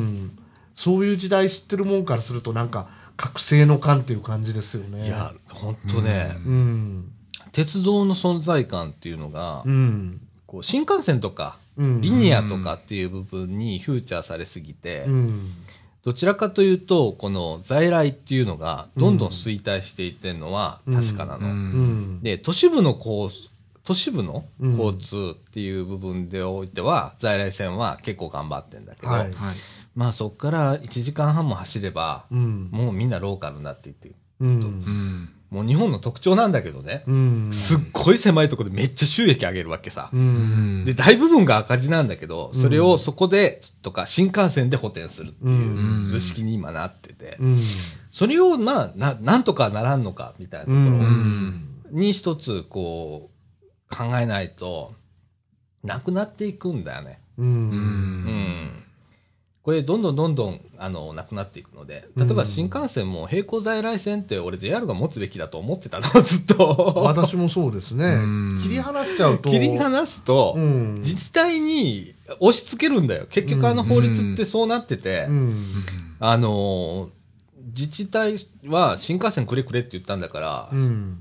んそういう時代知ってるもんからするとなんか覚醒の感っていう感じですよね。
いや、本当ね、
うん
鉄道の存在感っていうのが、
うん
こう新幹線とか、
うん
リニアとかっていう部分にフューチャーされすぎて、
うん
どちらかというと、この在来っていうのが、どんどん衰退していってるのは確かなの。
うん
うん
で、都市部のこう、都市部の
うん
交通っていう部分でおいては、在来線は結構頑張ってんだけど、
はい
はい
まあそこから1時間半も走れば、
うん
もうみんなローカルになっていってる、
うん
うん
もう日本の特徴なんだけどね、
うん
すっごい狭いところでめっちゃ収益上げるわけさ。
う
うんん
で、大部分が赤字なんだけど、それをそこで、とか、新幹線で補填するっていう図式に今なってて、
うん
それをな、な、なんとかならんのか、みたいなとこ
うん
ろ
うん
に一つ、こう、考えないと、なくなっていくんだよね。
う
うん
うんん。これ、どんどんどんどん、あの、なくなっていくので、例えば新幹線も並行在来線って、俺 JR が持つべきだと思ってたの、ずっと。
私もそうですね
うん
切り離しちゃうと
切り離すと、
うん
自治体に押し付けるんだよ。結局あの法律ってそうなってて、
うん
あのー自治体は新幹線くれくれって言ったんだから
う、ん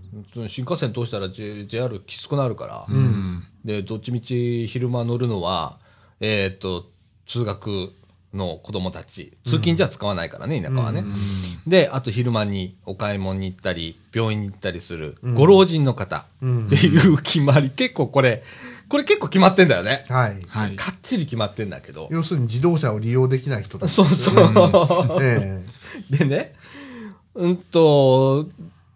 新幹線通したら、J、JR きつくなるから、
うん
で、どっちみち昼間乗るのは、えーっと、通学の子供たち、通勤じゃ使わないからね、田舎はね。で、あと昼間にお買い物に行ったり、病院に行ったりする、ご老人の方
うん
っていう決まり、結構これ、これ結構決まってんだよね。
はい
はい
かっちり決まってんだけど。
要するに自動車を利用できない人たち
そうそう。
え
*laughs* でね、うんと、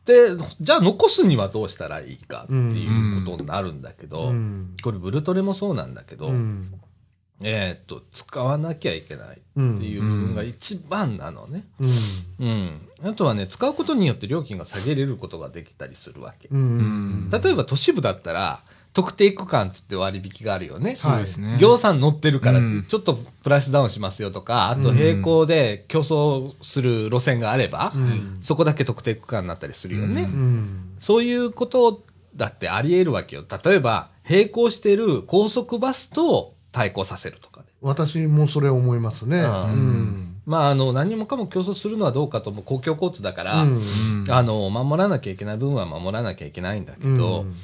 で、じゃあ残すにはどうしたらいいかっていうことになるんだけ
え
ど、
うん
これブルトレもそうなんだけど、
うん
えーっと、使わなきゃいけないっていう部分が一番なのね。
うん
うん。あとはね、使うことによって料金が下げれることができたりするわけ。
うん
例えば都市部だったら、特定区間って言って割引があるよね。
そうです
ね
行産乗ってるから
うん、
ちょっとプライスダウンしますよとか、あと並行で競争する路線があれば、
うん
そこだけ特定区間になったりするよね。
うん
うん
そういうことだってあり得るわけよ。例えば、並行してる高速バスと対抗させるとかね。
私もそれ思いますね
うん
うん
まあ、あの、何もかも競争するのはどうかとも公共交通だから、
うん
うん
あの、守らなきゃいけない部分は守らなきゃいけないんだけど、
うん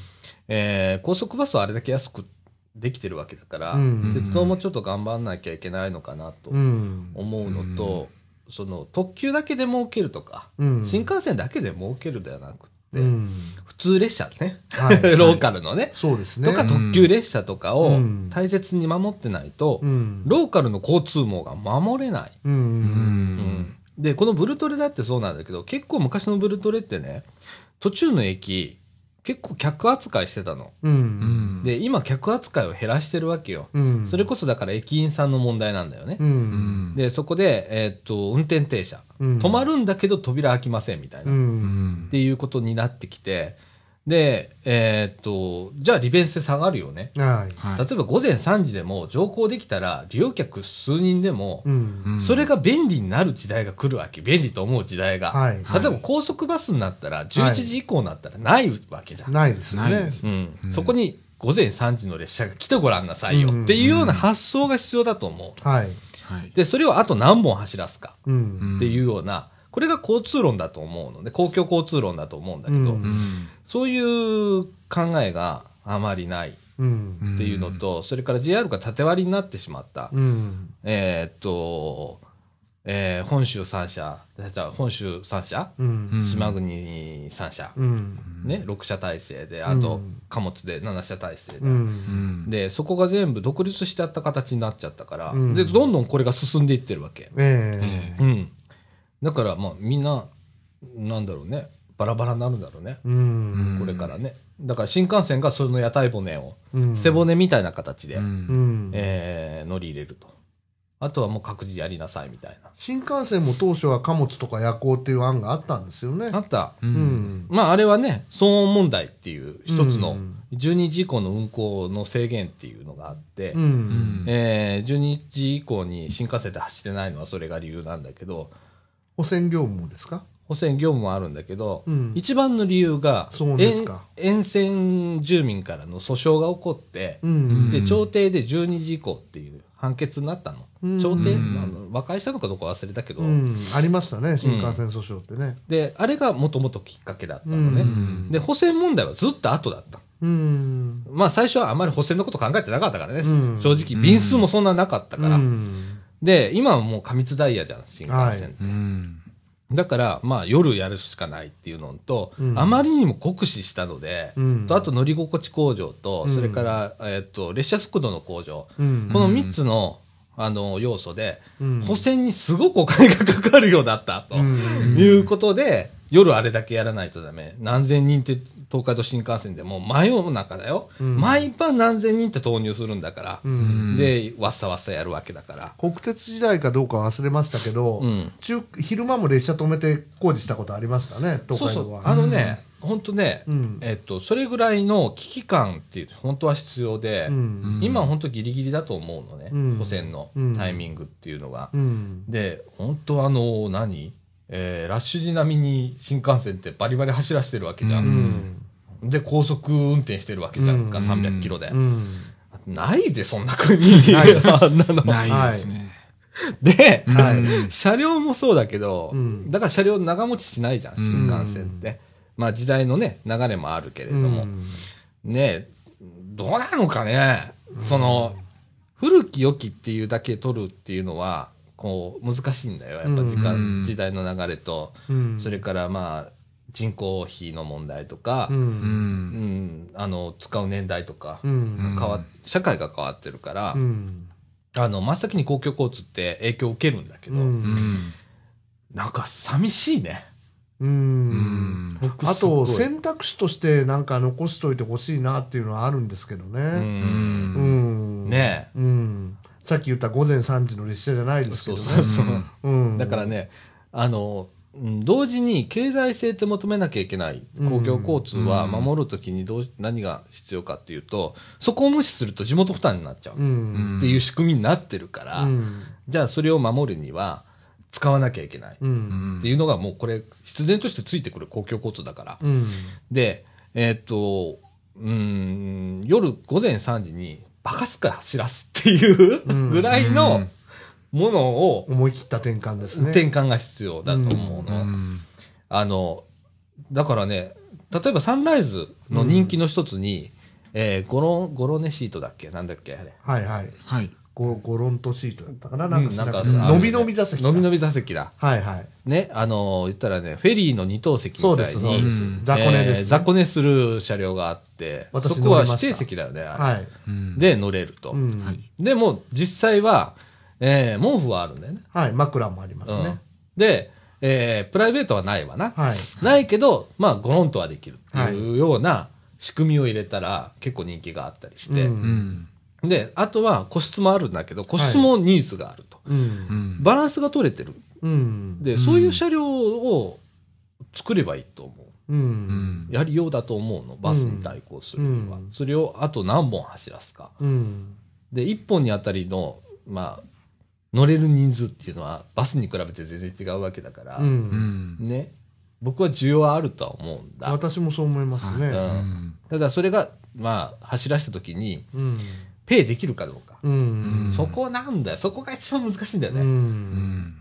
えー高速バスはあれだけ安くできてるわけだから、
うん
鉄道もちょっと頑張んなきゃいけないのかなと
うん
思うのと、その特急だけで儲けるとか、
うん
新幹線だけで儲けるではなくって、
うん
普通列車ね、
は *laughs* い
*laughs* ローカルのね、
そうですね
とか特急列車とかを
うん
大切に網ってないと、
うん
ローカルの交通網が守れない。
うん
うん
で、このブルトレだってそうなんだけど、結構昔のブルトレってね、途中の駅、結構客扱いしてたの。
う。
うんん
で、今客扱いを減らしてるわけよ。
うん。
それこそだから駅員さんの問題なんだよね。
う。
うんん
で、そこで、えーっと、運転停車。
うん。
止まるんだけど扉開きませんみたいうな。
うん
っ
ん
ていうことになってきて、で、えーっと、じゃあ利便性下がるよね。
はい。
は
例えば午前3時でも乗降できたら利用客数人でも、
うん。
い
それ
が
が便利になる時代が来るわけ。便利と思う時代が。
はい
例えば高速バスになったら、11時以降になったらないわけじゃん。
ないですよね。
ないです
うん
うん
そこに午前3時の列車が来てごらんなさいよ
うん
っていうような発想が必要だと思う。
はい。
はい
で、それをあと何本走らすか
うん。
っていうような、これが交通論だと思うので、公共交通論だと思うんだけど、
うん
うん
そういう考えがあまりないっ
うん。
ていうのと、それから JR が縦割りになってしまった。
うん。
えーっと、えー本州三社、だから本州三社、
うん。
島国三社、
うん。
ね、6社体制で、あと
うん
貨物で7社体制で、
うん
う。ん
でそこが全部独立してあった形になっちゃったから、
うん
でどんどんこれが進んでいってるわけ、
ええ
え。
うん、だからまあみんななんだろうねバラバラになるんだろうね、
うん。
うん
これからねだから新幹線がその屋台骨を、
うん。
背骨みたいな形で、
うん
うん。
えー乗り入れるとあとはもう各自やりなさいみたい
新幹線も当初は貨物とか夜行っていう案があったんですよね
な。あった
う
うんん。
まああれはね騒音問題っていう一つ
う
の
ん
12時以降の運行の制限っていうのがあって、
う。
うんん
えー12時以降に新幹線で走ってないのはそれが理由なんだけど
保線業務もですか
補選業務もあるんだけど、
うん
一番の理由が
そうですか
沿沿線住民からの訴訟が起こって、
うん。
で調停で12時以降っていう判決になったの、
うん
調停、
うん
まあ和解したのかどうか忘れたけど、
うん。ありましたね、新幹線訴訟ってね。
であれがもともときっかけだったのね、
うん
で補選問題はずっと後だった
うん。
まあ最初はあまり補選のこと考えてなかったからね、
うん
正直便数もそんななかったから、
うん
で今はもう過密ダイヤじゃん新幹線って、
うん
だから、まあ、夜やるしかないっていうのと、
うん
あまりにも酷使したので、
うん
とあと乗り心地向上と、
うん
それから、えっと列車速度の向上、
うん
この3つのあの要素で、
うん
補選にすごくお金がかかるようだったと、
うん
いうことで、夜あれだけやらないとダメ、何千人って東海道新幹線でもう真夜中だよ、
うん
毎晩何千人って投入するんだから、
うん
で、わっさわっさやるわけだから。
国鉄時代かどうかは忘れましたけど、
うん
中昼間も列車止めて工事したことありましたね、東海道
そう
は。
そうあのね、本当ね、
うん
えっと、それぐらいの危機感っていう本当は必要で、
うん
今本当ギリギリだと思うのね、
うん
補選の
うん
タイミングっていうのが。
うん
で本当あの何、えーラッシュ時並みに新幹線ってバリバリ走らしてるわけじゃ、
うんん
で高速運転してるわけじゃんか、
うん
300キロで、
うん
ないでそんな国
ないです
*laughs* あんなの
ないですね
で、
はい
うん
車両もそうだけど、
うん
だから車両長持ちしないじゃん、新幹線って。まあ時代のね、流れもあるけれども、ねえどうなのかね、その、古き良きっていうだけ取るっていうのは、こう、難しいんだよ、やっぱ時間、
うん
時代の流れと、
うん
それからまあ、人口比の問題とか、
う
うん
うんあの、使う年代とか、
うん
変わっ社会が変わってるから、
うん
あの、真っ先に公共交通って影響を受けるんだけど、
う
うん
ん
なんか寂しいね。
う
うんん
僕
あ
すご
と
い
選択肢としてなんか残しといてほしいなっていうのはあるんですけど
う
ね。
ん
う
うん
ん
ね
うんさっき言った午前3時の列車じゃない
え
です
そ
け
う
どね。
そうそう、
うん
だからねあのうん同時に経済性って求めなきゃいけない公共交通は
うん
守るときにどう何が必要かっていうとそこを無視すると地元負担になっちゃう
う
っ
ん
ていう仕組みになってるから、
うん
じゃあそれを守るには使わなきゃいけないっ
うん
ていうのがもうこれ必然としてついてくる公共交通だから、
うん
でえーっとうん夜午前3時にバカすか走らすっていう
うん
ぐらいのものを
思い切った転換ですね。
転換が必要だと思う
う
の。
ん
あの、だからね、例えばサンライズの人気の一つに、えーゴロ、ゴロネシートだっけなんだっけあれ。
はいはい。
はい
ゴゴロンとシートだったかななんかしなかった
うんなんか
伸び伸び座席だ
のびのび座席だ。
はいはい。
ね、あの、言ったらね、フェリーの二等席
そ
み
うで
たい
す、そうで
に、
す
うん。
雑魚寝です、
えー雑魚寝する車両があって、そ
私
こは
乗りま
指
した
定席だよね、あれ
はい。
うん
で乗れると。
うん
はい
でも、実際は、えー毛布はあるんだよね。
はい。枕もあります
うん
ね。
で、えープライベートはないわな。
はい。
ないけど、まあ、ゴロンとはできるっていうような、仕組みを入れたら結構人気があったりして、
うん
うん。
であとは個室もあるんだけど個室もニーズがあると、
うん
うん。
バランスが取れてる
うん
で、
うん
そういう車両を作ればいいと思う
う
うんん。
やりようだと思うのバスに対抗するには、
うん
それをあと何本走らすか
うん
で1本にあたりのまあ乗れる人数っていうのはバスに比べて全然違うわけだから、
う
うんん。
ね僕は需要はあるとは思うんだ、
私もそう思います
う
ね。
ん、ただそれがまあ走らせた時に
うん
ペイできるかどうか、
うん
そこなんだよそこが一番難しいんだよ
う
ね、
うんん。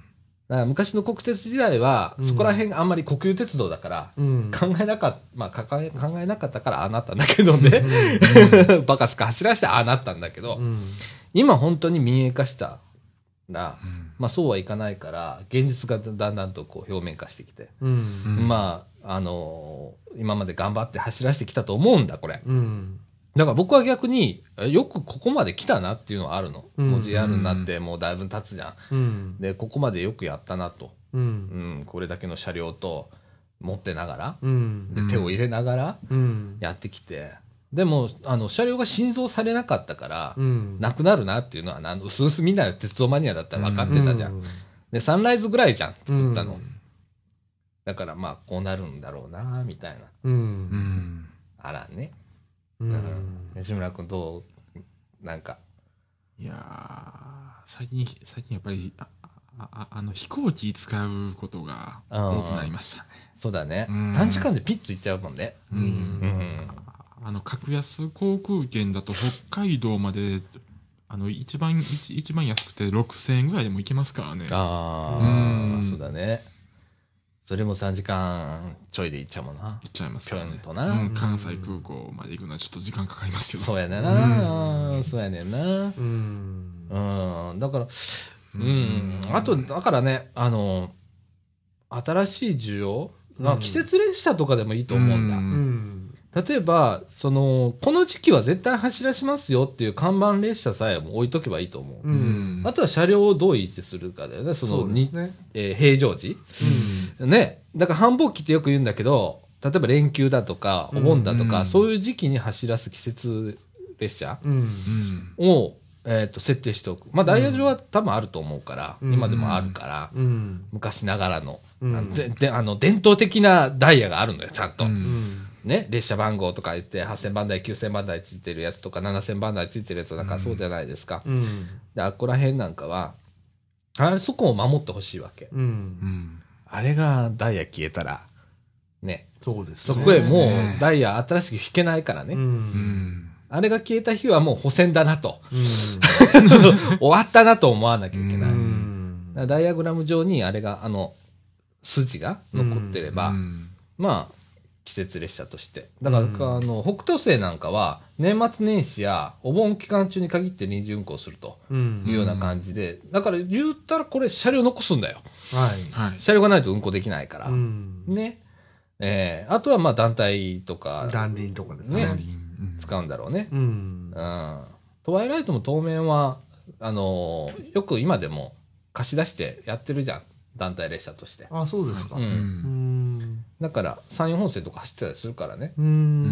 だから昔の国鉄時代は
うん
そこら辺あんまり国有鉄道だから、
うん
考えなかっ、まあ、かかえ考えなかったからああなったんだけどね。 *laughs* バカすか走らしてああなったんだけど、
うん
今本当に民営化したら、まあそうはいかないから、現実がだんだんとこう表面化してきて、
うん
うん
まあ、あのー今まで頑張って走らしてきたと思うんだ、これ。
うん
だから僕は逆に、えよくここまで来たなっていうのはあるの。
うん
もう JR になってもうだいぶ経つじゃん。
うん
で、ここまでよくやったなと。
うん
うん、これだけの車両と持ってながら、
うん
で手を入れながら、
うん
やってきて、でも、あの、車両が新造されなかったから、
うん
なくなるなっていうのは、なんうすうすみんな鉄道マニアだったら分かってたじゃん。で、サンライズぐらいじゃん、作ったの。
う
だから、まあ、こうなるんだろうな、みたいな。
うん
う。ん。
あらね。
う
うん
ん。
吉村君どうなんか。
いやー最近、最近やっぱり、ああああの、飛行機使うことが多くなりましたね。
そうだね
うん。
短時間でピッと行っちゃうもんね。
う。
うんん。
あの、格安航空券だと北海道まで、あの、一番、一一番安くて6000円ぐらいでも行けますからね。
あ
う
あ、
ん
そうだね。それも3時間ちょいで行っちゃうもんな。
行っちゃいますからね
ピョンとな
うん関西空港まで行くのはちょっと時間かかりますけど
そうやねんな。そうやねんな。
うん。
うん、だから、う
う
ん、
ん
あと、だからね、あの、新しい需要、まあ
うん
季節列車とかでもいいと思うんだ。
うん。うん。
例えば、その、この時期は絶対走らしますよっていう看板列車さえも置いとけばいいと思う。
うん。
あとは車両をどう位置するかだよね。その、
そうで
に
すね。
えー平常時。ね。だから繁忙期ってよく言うんだけど、例えば連休だとか、お盆だとか、
うん
そういう時期に走らす季節列車。
うん。
うん
を、えー、と設定しておく。まあ、ダイヤ上は多分あると思うから、
うん
今でもあるから、
うん。
昔ながらの、
うん
でであの伝統的なダイヤがあるのよ、ちゃんと。
うん
うん。
ね、列車番号とか言って、8000番台、9000番台ついてるやつとか、7000番台ついてるやつなんかそうじゃないですか。
うん。
で、あっこら辺なんかは、あれ、そこを守ってほしいわけ。
うん。
うん
あれがダイヤ消えたら、ね、
そうです。。
そこへ
そうです
もう
ね
ダイヤ新しく引けないからね。
うんん
あれが消えた日はもう補選だな
*laughs*
と、終
う
わったなと思わなきゃいけない。
ん。
だからダイアグラム上にあれが、あの、筋が残ってれば、
うん
まあ、季節列車として。だから、
うん
あの、北斗星なんかは、年末年始やお盆期間中に限って臨時運行すると
う。
いうんような感じで、だから言ったらこれ車両残すんだよ。
はい。
はい
車両がないと運行できないから。
うん。
ね。えーあとはまあ団体とか
残輪とかです
ね
ね。
うん
使うんだろうね。
うん
う。ん。トワイライトも当面は、あのよく今でも貸し出してやってるじゃん。団体列車として。
あ、そうですか。
う、
うん
うんん
ん。
だから山陽本線とか走ってたりするからね、
う
うん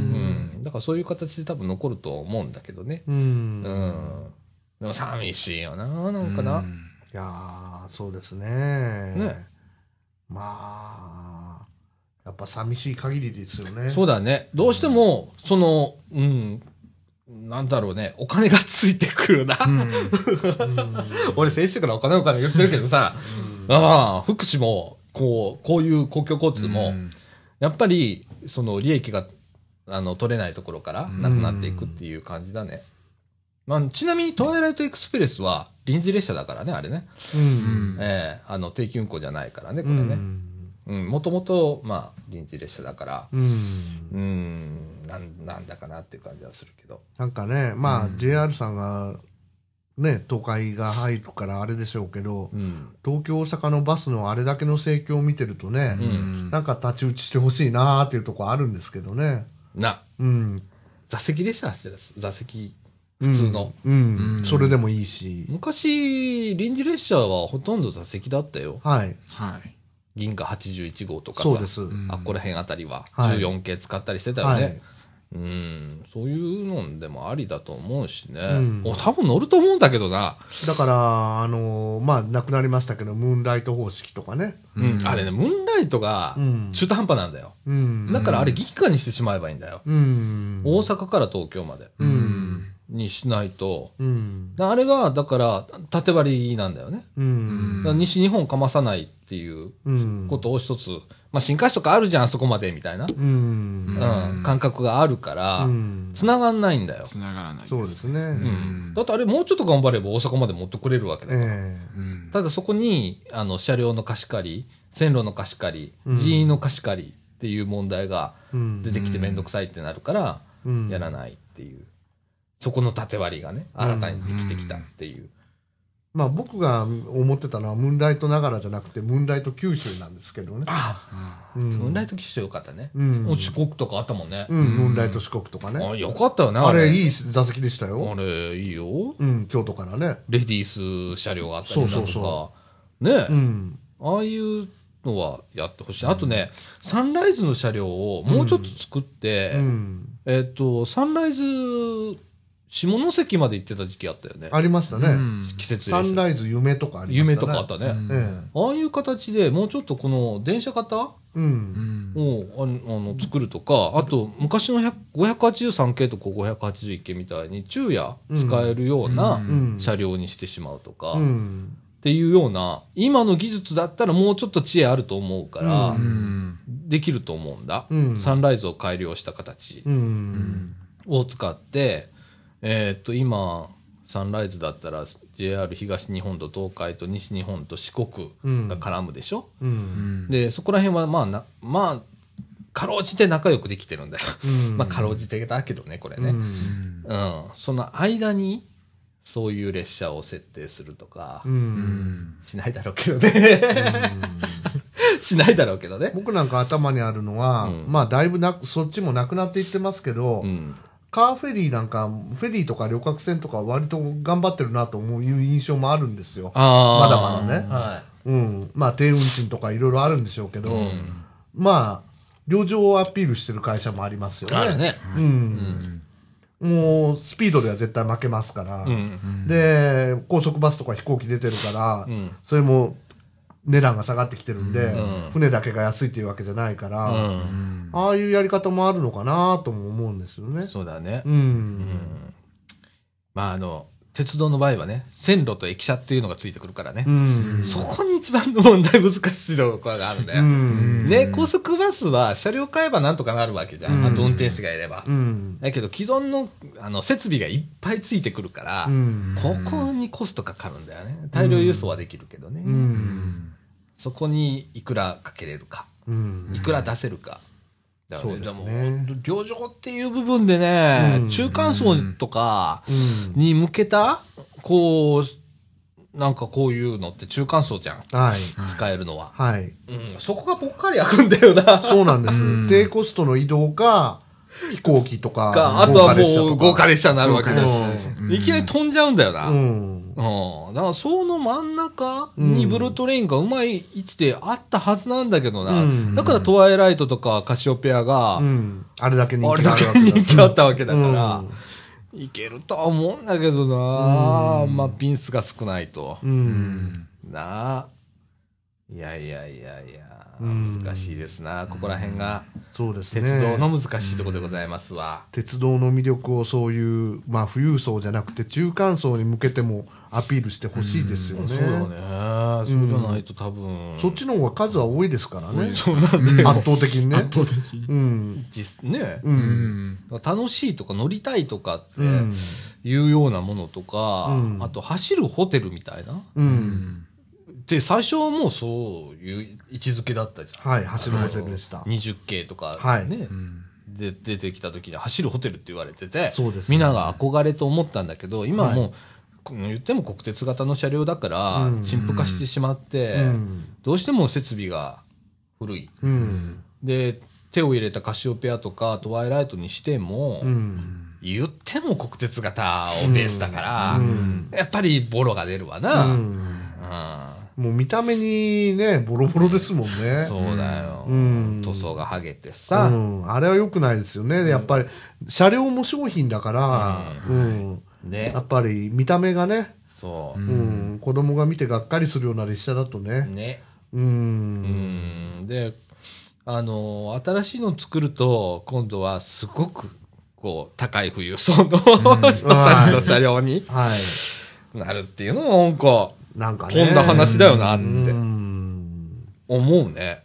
ん。
だからそういう形で多分残ると思うんだけどね
う
うん、
ん。
でも寂しいよななんかな、
うん
いやー、そうですね。
ね。
まあ、やっぱ寂しい限りですよね。
そうだねどうしてもそのうんなんだろうねお金がついてくるな、
うん
俺先週からお金お金言ってるけどさ、ああ福祉もこうこういう公共交通も、
うん
やっぱりその利益があの取れないところからなくなっていくっていう感じだね、まあ、ちなみにトワイライトエクスプレスは臨時列車だからねあれね
うん。
ええあの定期運行じゃないからね、こ
う
れ
ん。
ね。うん、もともと、まあ、臨時列車だから、
うん。
うん、なんなんだかなっていう感じはするけど。
なんかね、まあ、
うん
JR さんが、ね、東海が入るからあれでしょうけど、
うん。
東京、大阪のバスのあれだけの盛況を見てるとね、
うん
なんか太刀打ちしてほしいなーっていうとこあるんですけどね。
な、
うん。
座席列車走ってたんです。座席、普通の。
うん。
うん
それでもいいし。
昔、臨時列車はほとんど座席だったよ。
はい。
はい
銀河81号とかさ。
そうです。
ん
あっこら辺あたりは、
はい
14系使ったりしてたよ
は
ね。
い。
うん、そういうのでもありだと思うしね。
うん
お多分乗ると思うんだけどな。
だから、あのーまあ、亡くなりましたけど、ムーンライト方式とかね。
うん、あれね、ムーンライトが
うん
中途半端なんだよ。
うん。
だからあれ、ギガにしてしまえばいいんだよ。
うん。
大阪から東京まで
うん。
にしないと。
うん。
あれが、だから、縦張りなんだよね。
うん。
だから西日本かまさないっていう
うん。
ことを一つ、まあ、新幹線とかあるじゃん、あそこまで、みたいな、
うん。うん。
うん感覚があるから、繋がんないんだよ。
繋がらない
そうですね。
うんだってあれ、もうちょっと頑張れば大阪まで持ってくれるわけだから
え
うん
ただそこに、あの、車両の貸し借り、線路の貸し借
うん
り、人員の貸し借りっていう問題が
えうん。
出てきてめんどくさいってなるから、
うん
やらないっていう。そこの縦割りがね、新たにできてきたっていう。
まあ僕が思ってたのはムーンライトながらじゃなくてムーンライト九州なんですけどね。
あ
う
あ、ムーン
ん。
ライト機種よかったね。
うん
もう四国とかあったもんね
う。ん、ムーンライト四国とかね。
あよかったよね、
あれい
い。
い座席でしたよ
あ。れ、いいよ。
うん、京都からね。
レディース車両があったりだ
そうそう
と
そ
か。ね
う、ん。
ああいうのはやってほしい。あとね、サンライズの車両をもうちょっと作って、
うん。
えっ、と、サンライズ、下関まで行ってた時期あったよね。
ありました
う
ね。
ん
季節
サ
で
ンライズ夢とかありまし
夢と
たね。
かあったね。
うん
え
ああいう形でもうちょっとこの電車型を
え。うん。
あのあの作るとか、あと昔の100 583系とこう581系みたいに昼夜使えるような
うん
車両にしてしまうとか、
う
っ
ん。
ていうような、今の技術だったらもうちょっと知恵あると思うから、
う
うん
できると思うんだ、
うん
サンライズを改良した形
うん。
を使って、えーっと今サンライズだったら JR 東日本と東海と西日本と四国が絡むでしょ、
うん。
でそこら辺はまあなまあかろうじて仲良くできてるんだよ、
うん
まあかろうじてだけどねこれ
う
ね、うん
ん。
その間にそういう列車を設定するとか、
うん。
しないだろうけどね *laughs* しないだろうけどね、
僕なんか頭にあるのは、
うん
まあだいぶな、そっちもなくなっていってますけど、
うん、
カーフェリーなんか、フェリーとか旅客船とか割と頑張ってるなと思ういう印象もあるんですよ。
ああ
まだまだね
はい
うん。まあ低運賃とかいろいろあるんでしょうけど、
うん
まあ、旅情をアピールしてる会社もありますよね。
あるね。
うん。もう、スピードでは絶対負けますから、
うん。
で、高速バスとか飛行機出てるから、
うん
それも値段が下がってきてるんで、
うん
船だけが安いというわけじゃないから、
うん。
ああいうやり方もあるのかなとも思うんですよね。
そうだね。
うん。
まあ、あの、鉄道の場合はね、線路と駅舎っていうのがついてくるからね
う。ん。
そこに一番の問題難しいところがあるんだ
う
よ。
ん。
ね、高速バスは車両買えばなんとかなるわけじゃん。あと運転手がいれば
う。ん。
だけど既存のあの設備がいっぱいついてくるから
う、ん。
ここにコストかかるんだよね。大量輸送はできるけどね。
うん。
そこにいくらかけれるか。
うん。
いくら出せるか。だから
そうですね
でも旅情っていう部分でね、
うん
中間層とかに向けた、こう、なんかこういうのって中間層じゃん。
はい。
使えるのは。
はい。
うん、そこがぽっかり開くんだよな。
そうなんです。低コストの移動か、飛行機と
か
か、
あとは
列車
もう
とか
豪華列車になるわけだし
豪華列車です、
いきなり飛んじゃうんだよな。
う
うん
ん。
だから、その真ん中にブルートレインがうまい位置であったはずなんだけどな。
うん
だから、トワイライトとかカシオペアが、
うん。あれだけ人
あれ
気
だ
があ
け
るわけだ
人気あったわけだから
うん、
いけるとは思うんだけどな、まあ、ピンスが少ないと。
うん。
なあ。いやいやいやいや、
うん
難しいですな。ここら辺が、
そうですね。
鉄道の難しいところでございますわ。
鉄道の魅力をそういう、まあ、富裕層じゃなくて中間層に向けてもアピールしてほしいですよね。
そうだよね。そうじゃないと多分。
そっちの方が数は多いですからね。
そうなんだよ
圧倒的にね。
圧倒的
うん。
実ね。
う。
うんん
楽しいとか乗りたいとかって
うん
いうようなものとか、
うん
あと走るホテルみたいな。
うん。
で、最初はもうそういう位置づけだったじゃん。
はい、走るホテルでした。
20系とか、ね
はい
で出てきた時に走るホテルって言われてて、
そうですね
みんなが憧れと思ったんだけど今
はい
もう、この言っても国鉄型の車両だから、
うん
陳腐化してしまって、
うん
どうしても設備が古い
うん。
で手を入れたカシオペアとかトワイライトにしても、
うん。
言っても国鉄型をベースだから、
うん
やっぱりボロが出るわな、
う
うん
んもう見た目にね、ボロボロですもんね。
そうだよ、
うん
塗装が剥げてさ、
うん、あれは良くないですよね。やっぱり、車両も商品だから、うん。
ね
やっぱり見た目がね、
そう
う、ん、子供が見てがっかりするような列車だとね。
ね
う。
うんんであの新しいの作ると今度はすごくこう高い富裕層の *laughs* 人たちの車両に
はい。
なるっていうのもなんか
なんかね。
飛んだ話だよなっ
う
て
ん。
思うね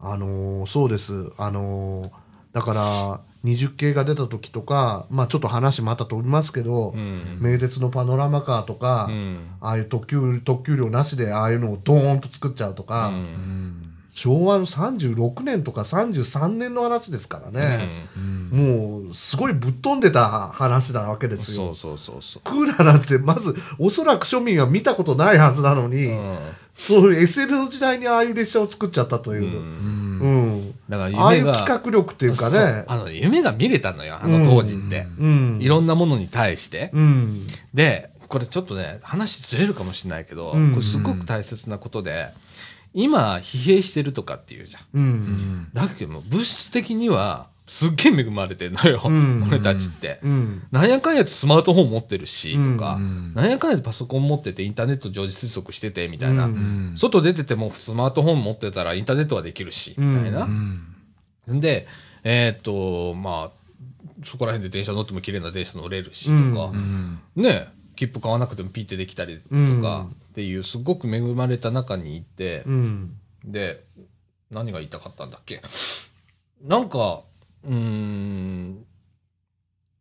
あのーそうです。あのーだから、20系が出た時とか、まあちょっと話また飛びますけど、
うん
名鉄のパノラマカーとか、
うん
ああいう特急、特急料なしで、ああいうのをドーンと作っちゃうとか、
うん
昭和の36年とか33年の話ですからね、もうすごいぶっ飛んでた話なわけですよ。
そうそうそうそう
クーラーなんてまずおそらく庶民は見たことないはずなのに、
うん
そういう SL の時代にああいう列車を作っちゃったというう、
ん
うん
うん
だから夢が
ああいう企画力っていうか
そう
ね
あの夢が見れたのよあの当時って、
うん
いろんなものに対して、
うん
でこれちょっとね話ずれるかもしれないけど、
うん
これすごく大切なことで今疲弊してるとかっていうじゃん
うん
だけども物質的にはすっげえ恵まれてんのよ、
うん
俺たちって、
うん
なんやかんやとスマートフォン持ってるし、とか、
うん
なんやかんやとパソコン持っててインターネット常時接続しててみたいな、
うん
うん
外出ててもスマートフォン持ってたらインターネットはできるし、みたいな、んで、えーっと、まあ、そこら辺で電車乗っても綺麗な電車乗れるしとか、ね、切符買わなくてもピッてできたりとか、っていう、すごく恵まれた中にいて、
うん
で、何が言いたかったんだっけなんか、うーん、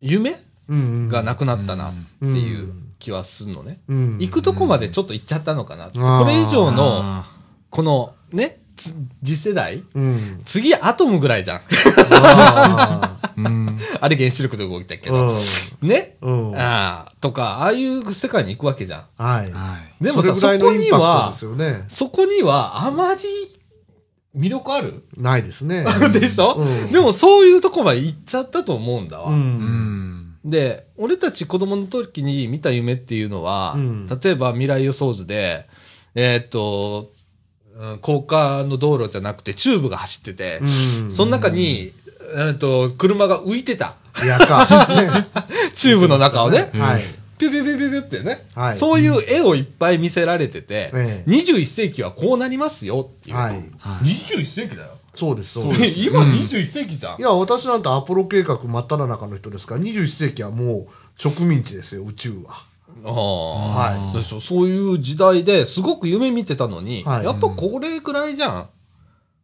夢
うん
がなくなったなっていううん気はすんのね。
うん
行くとこまでちょっと行っちゃったのかなって。
うん
これ以上の、
あ
この、ね、つ次世代
うん
次、アトムぐらいじゃん。 *laughs*
あ
ーうん
あれ原子力で動いたけ
ー
ど。ね、
うんうん
ああ、とか、ああいう世界に行くわけじゃん。
は
はい
い
でもさ、
それ
そこ
ぐらいのイ
に
ンパクト
は
で、すよね
そこにはあまり魅力ある、
ないですね
*laughs* でしょ、
うん
でもそういうとこまで行っちゃったと思うんだわ。
うん
うん
で、俺たち子供の時に見た夢っていうのは、
うん
例えば未来予想図で、えーっと、うん高架の道路じゃなくてチューブが走ってて、
うん
その中に、えーっと、車が浮い
*laughs*
てた。
やかですね
チューブの中をね。
はい。
ピュピュピュピュピュってね、
はい
そういう絵をいっぱい見せられてて、
ええ
21世紀はこうなりますよっていう、
はい。
はい
21世紀だよ
そうです、そうです。
*laughs* 今21世紀じゃん、
いや、私なんてアポロ計画真っ只中の人ですから、21世紀はもう植民地ですよ、宇宙は。
ああ
は
でしょそういう時代ですごく夢見てたのに、
はい
やっぱこれくらいじゃん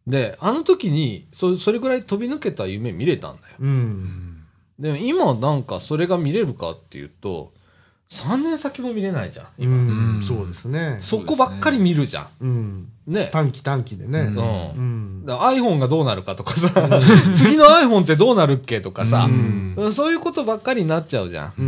であの時にそそれくらい飛び抜けた夢見れたんだよ
い。うん。
でも今なんかそれが見れるかっていうと3年先も見れないじゃん
うん
う、ん
そうですね。
そこばっかり見るじゃん
うん。
ね
短期短期でね。
うん
うん。
だから iPhone がどうなるかとかさ、次の iPhone ってどうなるっけとかさ、うんそういうことばっかりになっちゃうじゃん。
う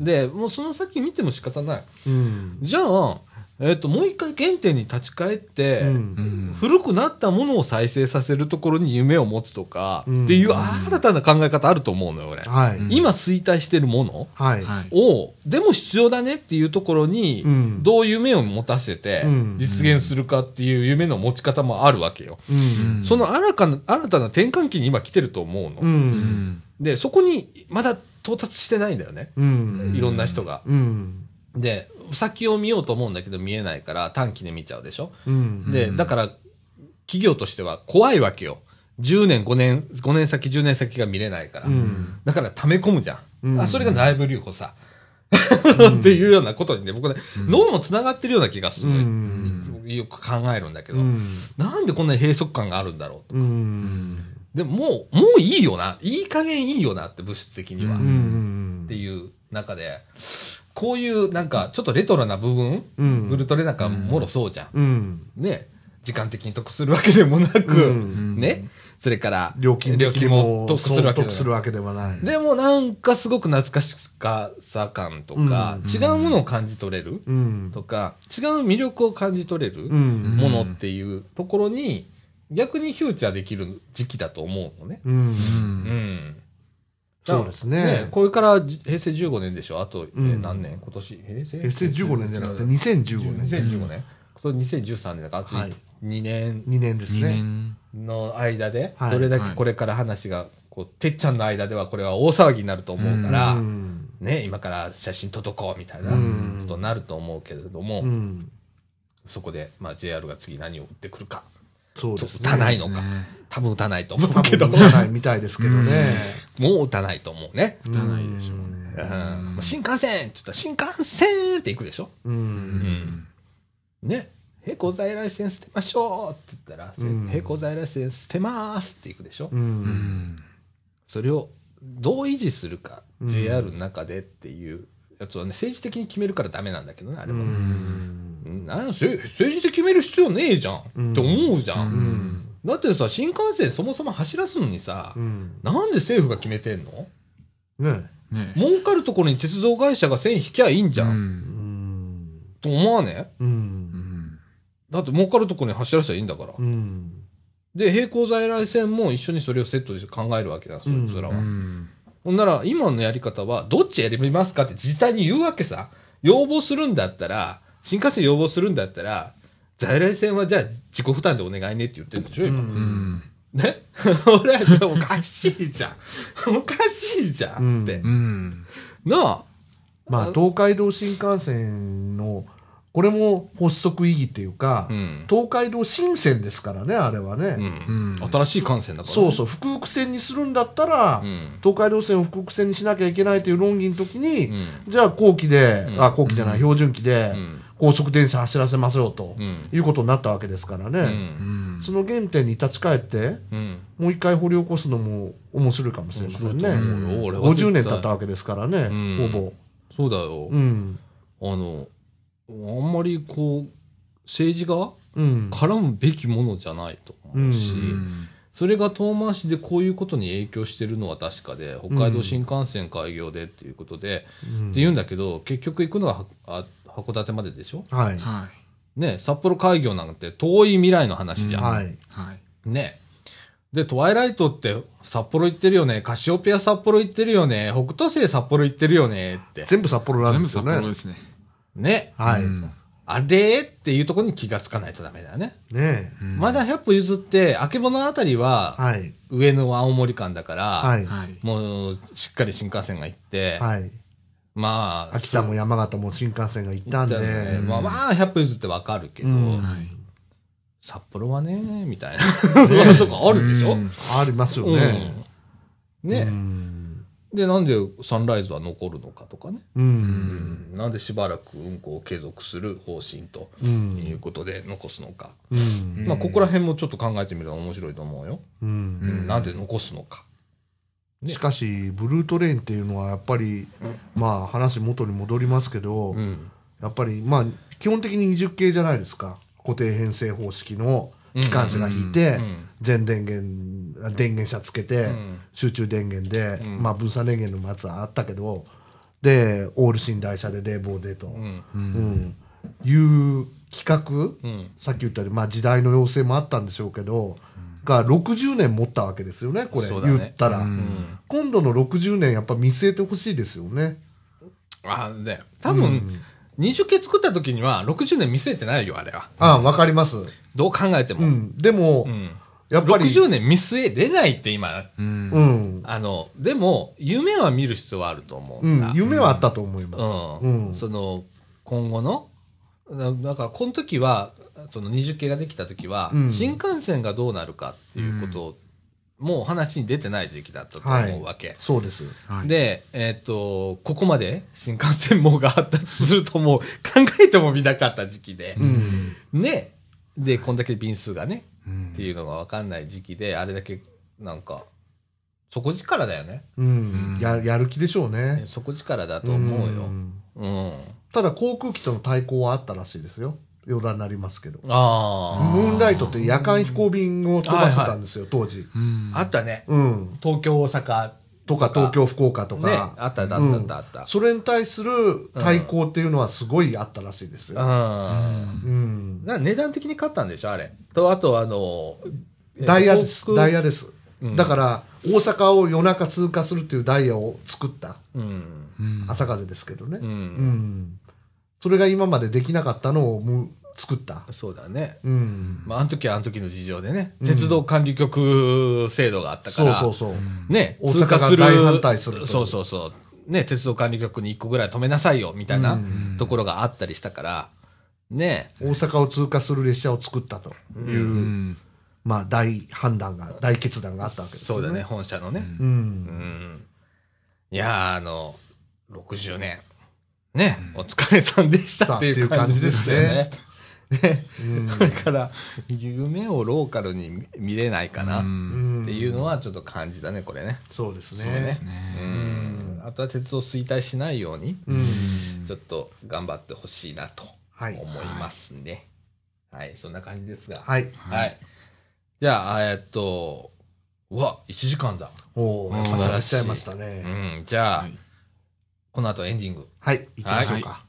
ん。
で、もうその先見ても仕方ない。
うん。
じゃあ、えっ、と、もう一回原点に立ち返って、
うん。
古くなったものを再生させるところに夢を持つとか、
うん
っていう新たな考え方あると思うのよ、俺。
はい。
ん
今衰退してるもの
はい。
はい
を、でも必要だねっていうところに、
うん
どう夢を持たせて
うん
実現するかっていう夢の持ち方もあるわけよ。
うん。
その新かな新たな転換期に今来てると思うの。
うん。
で、そこにまだ到達してないんだよね。
うん。
いろんな人が。
うん。
で、先を見ようと思うんだけど見えないから短期で見ちゃうでしょ。
うん。
で、だから企業としては怖いわけよ。10年、5年、5年先、10年先が見れないから。
うん。
だから溜め込むじゃん。
うん
あそれが内部留保さ。 *laughs* っていうようなことにね、僕ね、脳も繋がってるような気がする、
うん
よく考えるんだけど、
うん。
なんでこんなに閉塞感があるんだろう
うん。
でももう、もういいよな。いい加減いいよなって、物質的には。
う
うん
っ
ん
て。いう中で、こういうなんか、ちょっとレトロな部分、
うん
ウルトレなんかもろそうじゃん。
うん。
ね。時間的に得するわけでもなく、
うん
ね。それから、
料金的にも
得するわけで
得
も
するわけではない。
でもなんかすごく懐かしさ感とか、
う
違うものを感じ取れる
うん。
とか、違う魅力を感じ取れる
うん。
ものっていうところに、逆にフューチャーできる時期だと思うのね。
うん。
うん。
そうですね
これからじ平成15年でしょあと、えー
うん
何年今年平成
平成15年じゃなくて2015年。
2015年。と2013年だから、あと
はい
2年
2年です
2
ね。
年。
の間で、
はい
どれだけこれから話が、こう、てっちゃんの間ではこれは大騒ぎになると思うから、
うん
ね、今から写真届こうみたいな
うん
ことになると思うけれども、
うん。
そこで、まあ、JR が次何を打ってくるか、
そうですね。
打たない
で
の
す
か、
ね
多分打たないと思
多
うけど、
分打たないみたいですけどね。
もう打たないと思うね。
打
たないでしょうね
うんまあ新幹線って言ったら、新幹線って行くでしょ。
うん。
うんね、平行在来線捨てましょうって言ったら、
うん
平行在来線捨てますって行くでしょ。
うん。
うん。
それをどう維持するか、
うん
JR の中でっていうやつはね、政治的に決めるからダメなんだけどね、あれは。
う
うんなんせ政治で決める必要ねえじゃん、
うん
って思うじゃん、
うん。
だってさ、新幹線そもそも走らすのにさ、
うん。
なんで政府が決めてんの
ね。
ね
儲かるところに鉄道会社が線引きゃいいんじゃん、
う
うん
ん。
と思わね
う。
うんん。
だって儲かるところに走らせゃいいんだから。
うん。
で、平行在来線も一緒にそれをセットで考えるわけだ、そいつらは。
うん
ほんなら、今のやり方は、どっち選びますかって自治体に言うわけさ。要望するんだったら、新幹線要望するんだったら、在来線はじゃあ自己負担でお願いねって言ってるんでしょ、
う。
今。
うんん。
ね *laughs* 俺はでもおかしいじゃん。 *laughs* おかしいじゃんって。
うん。
なあ
まあ、東海道新幹線の、これも発足意義っていうか、
うん。
東海道新線ですからね、あれはね。
うん。
うん
新しい幹線だから、
そうそう、複々線にするんだったら、
うん。
東海道線を複々線にしなきゃいけないという論議の時に、
うん。
じゃあ後期で、
うん
あ後期じゃない、標準期で、
うん。
高速電車走らせますよと、
うん。
いうことになったわけですから
う
ね、
ん。
その原点に立ち返って、
うん。
もう一回掘り起こすのも面白いかもしれませんね。
面白いと思うよ俺は絶対
50年経ったわけですからね、
うん
ほぼ。
そうだよ。
うん。
あの、あんまりこう、政治が
うん。
絡むべきものじゃないと思うし、
うん
それが遠回しでこういうことに影響してるのは確かで、北海道新幹線開業でっていうことで、
うん
って言うんだけど、結局行くのははあ函館まででしょ
はい。
はい。
ね、札幌開業なんて遠い未来の話じゃん。
はい。
はい。
ね。で、トワイライトって札幌行ってるよね、カシオペア札幌行ってるよね、北斗星札幌行ってるよねって。
全部札幌なん
全
で
部
すよ
札幌
ね
で。すね。
ね。
はい。
うん
あれっていうところに気がつかないとダメだよね。
ねえ。
まだ100歩譲って、あけぼのあたりは
はい。
上の青森間だから、
はい。
はい。
もうしっかり新幹線が行って、
はい。
まあ、
秋田も山形も新幹線が行ったんで。
ねまあまあ、100歩譲ってわかるけど、
うん
はい。
札幌はね、みたい *laughs* なとこあるでしょ、
うん
*laughs* ありますよ
うん
ね。
ね、
うん。
で、なんでサンライズは残るのかとかね。
うん。
うんなんでしばらく運行を継続する方針と
う
い
ん。
うことで残すのか。
うん。
まあ、ここら辺もちょっと考えてみるのが面白いと思うよ。
うん。
うんなぜ残すのか。ね
しかし、ブルートレインっていうのはやっぱり、まあ話元に戻りますけど、
うん。
やっぱり、まあ、基本的に20系じゃないですか。固定編成方式の機関車が引いて
うんうん、
全電源、あ電源車つけて
ん、
集中電源で、まあ分散電源のやつはあったけど、で、オール寝台車で冷房でと、
ん
うんいう企画、
うん。
さっき言ったように、まあ時代の要請もあったんでしょうけど、が60年持ったわけですよね、これ、
そうだね
言ったら。今度の60年、やっぱ見据えてほしいですよね。
あのね、多分、20系作った時には60年見据えてないよ、あれは。
ああ、わかります。う
どう考えても。
ん。でも、
うん
やっぱり、
60年見据えれないって今、
うん
うん。
あの、でも、夢は見る必要はあると思う
うん
だ。
ん、夢はあったと思います。
うん
うん
その、今後の、なだから、この時は、その20系ができた時は、
うん
新幹線がどうなるかっていうこともう話に出てない時期だったと
はい
思うわけ。
そうです。
はい。
で、えっ、と、ここまで新幹線網が発達するともう考えても見なかった時期で
う、ん。
ね、で、こんだけ便数がね、
うん
っていうのが分かんない時期で、あれだけ、なんか、底力だよね。
うん。や、やる気でしょうね。
底力だと思うよ。
ん
うん。
ただ、航空機との対抗はあったらしいですよ。余談になりますけど。
あ
ムーンライトって夜間飛行便を飛ばしてたんですよ、当時。
うん
あ。あったね。
うん。
東京、大阪
とか、東京、福岡と
ね、
か。
あった、あった、あ
うん
った、あった。
それに対する対抗っていうのはすごいあったらしいですよ。
うん。
うん。
な値段的に買ったんでしょ、あれ。と、あと、あの、
ダイヤです。
航
ダ
空
イヤです。
うん
だから、大阪を夜中通過するっていうダイヤを作った。
うん。
うん
朝風ですけどね。
う。
うんん。それが今までできなかったのをム作った。
そうだね。
うん。
まあ、あの時はあの時の事情でね、鉄道管理局制度があったか
そう
ら、
そうそう。
ね、
大阪
通過する
が大反対すると
そうそうそう。ね、鉄道管理局に一個ぐらい止めなさいよ、みたいなところがあったりしたから、ね、
大阪を通過する列車を作ったという、
うん
まあ大判断が、大決断があったわけです
そ
よ
う
ね。
だね、。本社のね。
うん。
うんいやー、あの、60年。ね、お疲れさんでしたっていう感じですね。 *laughs* ねこ *laughs* れから、夢をローカルに見れないかなっていうのはちょっと感じだね、これね。
そうですね。
う
ね
んあとは鉄道衰退しないように、
うん。
ちょっと頑張ってほしいなと
はい
思いますね。はい、そんな感じですが。はい。
はい。
じゃあ、えーっと、うわ、1時間だ。
おお、
うん
やっぱりっちゃいました
う
ね。
ん、じゃあ、
はい
この後エンディング。
はい、行きましょうか。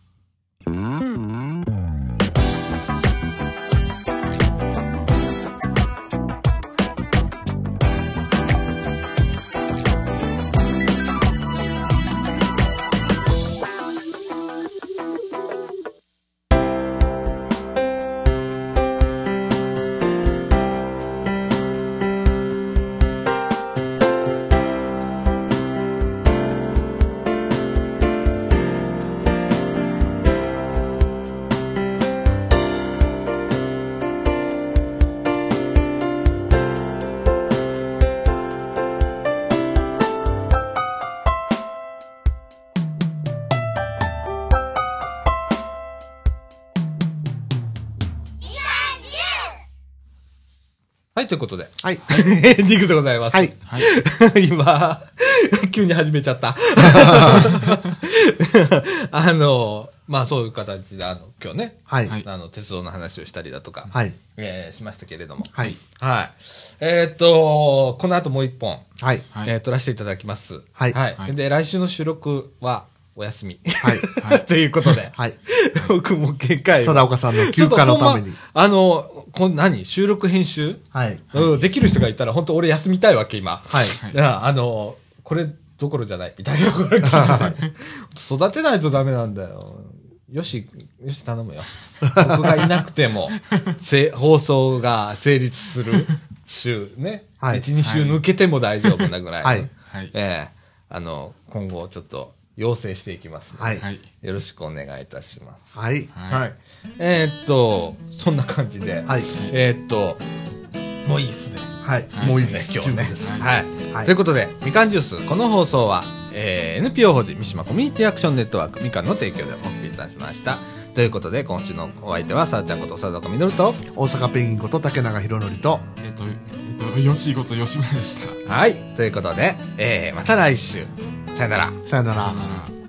はい、ということで、
はい。
エンディングでございます。
はい。
は
*laughs*
い。
今、 *laughs* 急に始めちゃった。 *laughs* あの、まあそういう形で、あの、今日ね、
はい。
はい
あの、鉄道の話をしたりだとか、
はい。
えーしましたけれども。
はい。
はい。えーっと、この後もう一本、
はい。
はい
えー撮らせていただきます。
はい
はい
で、来週の収録はお休み。
は
*laughs*
い。
ということで、
はい。
僕も限界。
貞岡さんの休暇のために
ちょっとほんま。あの、こん何収録編集、
はい。
うん、できる人がいたら、本当俺休みたいわけ、今。
はい。
はい
いや、あの、これどころじゃないみたいなこれ聞いてて育てないとダメなんだよ。よし、よし頼むよ。僕がいなくて
*laughs*
も、せ放送が成立する週ね。
はい
1、2週抜けても大丈夫なぐらいの。
はい
はい。
ええあの、今後ちょっと要請していきます、
はい。
はい。
よろしくお願いいたします。
はい。
は。
はい
えーっと、そんな感じで。
はい
えーっと、もういいっすね。
はい。もういいで。
ですすね、今日ね
十分です。
はい。
はい
ということで、みかんジュース、この放送は、えー NPO 法人三島コミュニティアクションネットワークみかんの提供でお送りいたしました。ということで、今週のお相手は、さあちゃんこと佐藤みのると、
大阪ペンギンこと竹永宏典と、
えっと、えっと、よしこと吉村でした。
はい。ということで、えーまた来週。さよなら。
さよなら
さよ。なら。